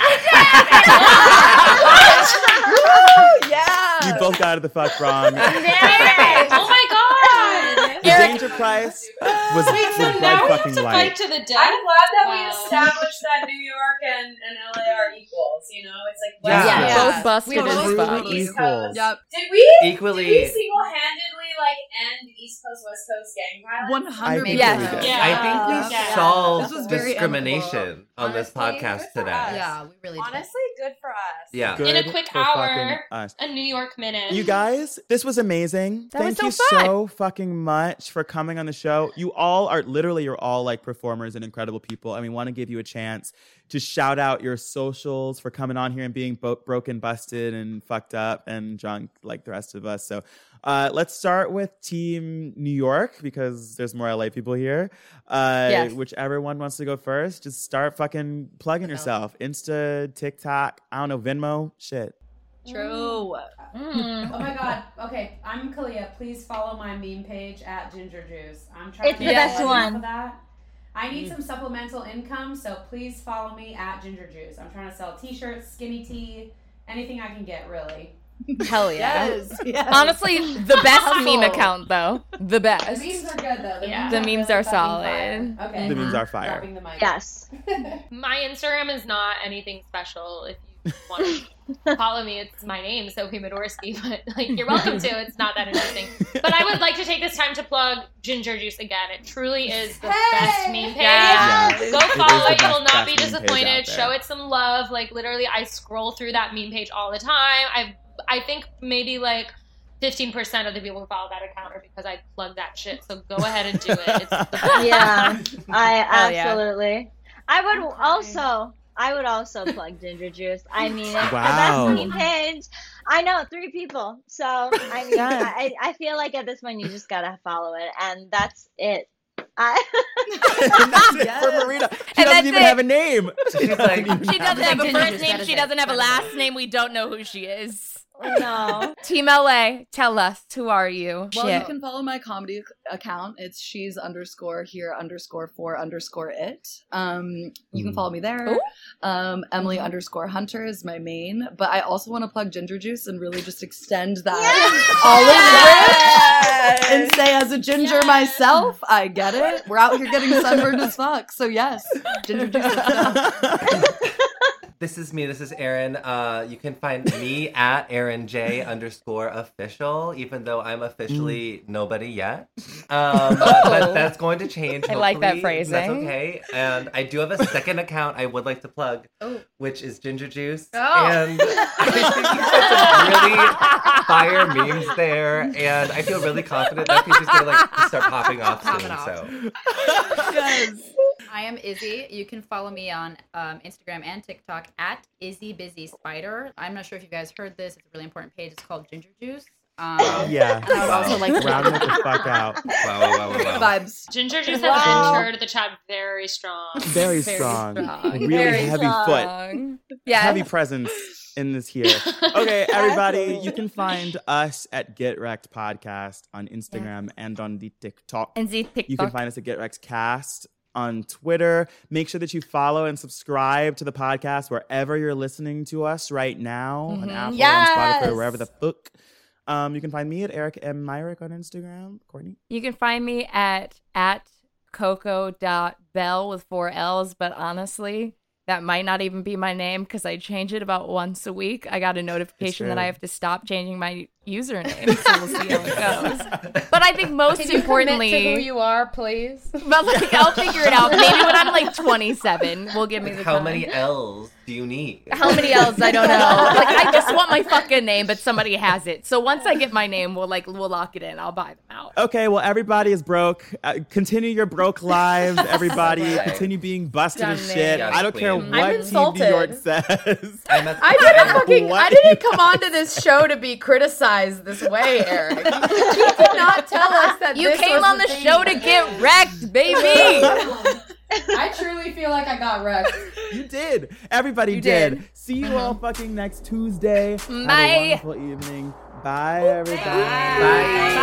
Speaker 3: yeah.
Speaker 5: You both got it the fuck wrong.
Speaker 4: oh my god!
Speaker 5: The danger prize was, was
Speaker 4: now
Speaker 5: bright fucking light.
Speaker 4: to the death. Um,
Speaker 3: I'm glad that we
Speaker 4: Wow.
Speaker 3: established that New York and, and LA are equals. You know, it's like
Speaker 5: Yeah.
Speaker 3: West
Speaker 5: Yeah.
Speaker 3: Coast,
Speaker 5: Both busted
Speaker 3: East
Speaker 5: as
Speaker 3: Coast,
Speaker 5: fuck.
Speaker 3: East
Speaker 5: Equals.
Speaker 3: Coast.
Speaker 5: Yep.
Speaker 3: Did we
Speaker 5: Equally.
Speaker 3: Did we single-handedly like end East Coast West Coast gang violence? One
Speaker 5: I think we did.
Speaker 1: I think we
Speaker 3: Yeah.
Speaker 1: solved
Speaker 3: This was very
Speaker 1: discrimination on this podcast today.
Speaker 3: we really. Honestly, good for us.
Speaker 1: Yeah.
Speaker 5: Good
Speaker 4: in a quick
Speaker 5: for fucking
Speaker 4: hour,
Speaker 5: us.
Speaker 4: a New York minute.
Speaker 5: You guys, this was amazing.
Speaker 4: That was
Speaker 5: Thank
Speaker 4: so
Speaker 5: you
Speaker 4: fun.
Speaker 5: so fucking much for coming on the show. You all are literally you're all like performers and incredible people, and we want to give you a chance to shout out your socials for coming on here and being bo- broken, busted, and fucked up and drunk like the rest of us. So, uh, let's start with Team New York because there's more LA people here. Uh,
Speaker 15: Yes.
Speaker 5: Whichever one wants to go first, just start fucking plugging yourself. Insta, TikTok, I don't know, Venmo, shit.
Speaker 9: True.
Speaker 14: Mm.
Speaker 2: Mm.
Speaker 3: Hmm.
Speaker 16: Oh my god. Okay, I'm Kalia. Please follow my meme page at Ginger Juice. I'm trying
Speaker 10: It's
Speaker 16: to
Speaker 10: the
Speaker 16: get
Speaker 10: best
Speaker 16: money
Speaker 10: one.
Speaker 16: For that. I need
Speaker 10: Mm.
Speaker 16: some supplemental income, so please follow me at Ginger Juice. I'm trying to sell T-shirts, skinny tea, anything I can get, really.
Speaker 2: Hell yeah.
Speaker 16: Yes, yes.
Speaker 2: Honestly, the best meme
Speaker 16: Helpful.
Speaker 2: account though. The best.
Speaker 16: The memes are good though. The
Speaker 4: Yeah.
Speaker 2: The memes are
Speaker 16: really fucking
Speaker 2: solid.
Speaker 16: fire. Okay.
Speaker 5: The memes are fire.
Speaker 16: Dropping the mic.
Speaker 10: Yes.
Speaker 4: My Instagram is not anything special. If you want to follow me, it's my name, Sophie Midorsky. But like, you're welcome to. It's not that interesting. But I would like to take this time to plug Ginger Juice again. It truly is the best meme page.
Speaker 2: Yes.
Speaker 4: Go
Speaker 2: It is
Speaker 4: follow
Speaker 2: the
Speaker 4: it. You will
Speaker 2: best,
Speaker 4: not be
Speaker 2: best meme page out
Speaker 4: disappointed.
Speaker 2: there.
Speaker 4: Show it some love. Like literally, I scroll through that meme page all the time. I I think maybe like. 15% of the people who follow that account are because I plug that shit. So go ahead and do it. It's the best.
Speaker 10: yeah, I
Speaker 4: Hell yeah.
Speaker 10: absolutely. I would also. I would also plug ginger juice. I mean, it's
Speaker 5: Wow.
Speaker 10: the best meme page. I know three people, so I mean,
Speaker 5: Yeah.
Speaker 10: I, I feel like at this point you just gotta follow it, and that's it. I,
Speaker 5: for Marina. She doesn't
Speaker 2: And that's
Speaker 5: even
Speaker 2: it.
Speaker 5: have a name. She doesn't,
Speaker 2: She doesn't have a
Speaker 5: name.
Speaker 2: first name. She doesn't have a last name. We don't know who she is. No. Team LA, tell us who are you?
Speaker 9: Well,
Speaker 2: Shit.
Speaker 9: you can follow my comedy account. It's she's underscore here underscore four underscore it. Um, you can follow me there. Um, Emily underscore Hunter is my main, but I also want to plug Ginger Juice and really just extend that all of it and say as a ginger myself, I get it. We're out here getting sunburned as fuck. So yes, Ginger Juice. is-
Speaker 1: This is me. This is Aaron. Uh, you can find me at Aaron J underscore official, even though I'm officially
Speaker 2: Mm.
Speaker 1: nobody yet. Um, But that's going to change.
Speaker 2: Oh. I like that
Speaker 1: hopefully, and That's
Speaker 2: phrasing.
Speaker 1: okay. And I do have a second account I would like to plug, which is Ginger Juice.
Speaker 2: Oh.
Speaker 1: And I think you really fire memes there. And I feel really confident that people going to like start popping off soon. So.
Speaker 15: I am Izzy. You can follow me on um, Instagram and TikTok at Izzy Busy Spider. I'm not sure if you guys heard this. It's a really important page. It's called Ginger Juice. Um,
Speaker 5: Yeah.
Speaker 15: and I would also like to
Speaker 5: round it the fuck out.
Speaker 1: Wow, wow, wow,
Speaker 9: wow. Vibes.
Speaker 4: Ginger just
Speaker 5: Wow.
Speaker 4: has entered the chat very strong.
Speaker 5: Very strong. Really
Speaker 4: Very
Speaker 5: heavy
Speaker 4: strong.
Speaker 5: foot.
Speaker 4: Yes.
Speaker 5: Heavy presence in this here. Okay, everybody, you can find us at Get Wrecked Podcast on Instagram and on the TikTok.
Speaker 2: And the TikTok.
Speaker 5: You can find us at Get Wrecked Cast on Twitter. Make sure that you follow and subscribe to the podcast wherever you're listening to us right now on
Speaker 2: Mhm.
Speaker 5: Apple, on
Speaker 2: Yes.
Speaker 5: Spotify, wherever the book. Um, you can find me at Eric M. Myrick on Instagram. Courtney?
Speaker 2: You can find me at at coco.bell with four L's, but honestly, that might not even be my name because I change it about once a week. I got a notification that
Speaker 15: true.
Speaker 2: I have to stop changing my username. So we'll see how it goes. But I think most importantly,
Speaker 14: commit to who you are, please.
Speaker 2: but like I'll figure it out. Maybe when I'm like 27, we'll give me the
Speaker 1: How
Speaker 2: time.
Speaker 1: many L's do you need?
Speaker 2: How many L's? I don't know. Like I just want my fucking name, but somebody has it. So once I get my name, we'll like we'll lock it in. I'll buy them out.
Speaker 5: Okay, well, everybody is broke. Uh, continue your broke lives, everybody.
Speaker 2: Right.
Speaker 5: Continue being busted
Speaker 2: Done
Speaker 5: as
Speaker 2: it.
Speaker 5: shit.
Speaker 2: Yes,
Speaker 5: I don't care
Speaker 2: queen.
Speaker 5: what
Speaker 2: I'm
Speaker 5: TV
Speaker 14: insulted.
Speaker 5: York says.
Speaker 14: I didn't fucking. I
Speaker 5: What?
Speaker 14: didn't come onto this show to be criticized this way, Eric. You did not tell us that
Speaker 2: You
Speaker 14: this
Speaker 2: came
Speaker 14: was
Speaker 2: on the
Speaker 14: thing.
Speaker 2: show to get wrecked, baby.
Speaker 14: I truly feel like I got wrecked.
Speaker 5: You did. Everybody
Speaker 14: You
Speaker 5: did.
Speaker 14: did.
Speaker 5: See you all fucking next Tuesday. Have
Speaker 14: Bye.
Speaker 5: a wonderful evening. Bye, everybody.
Speaker 14: Bye.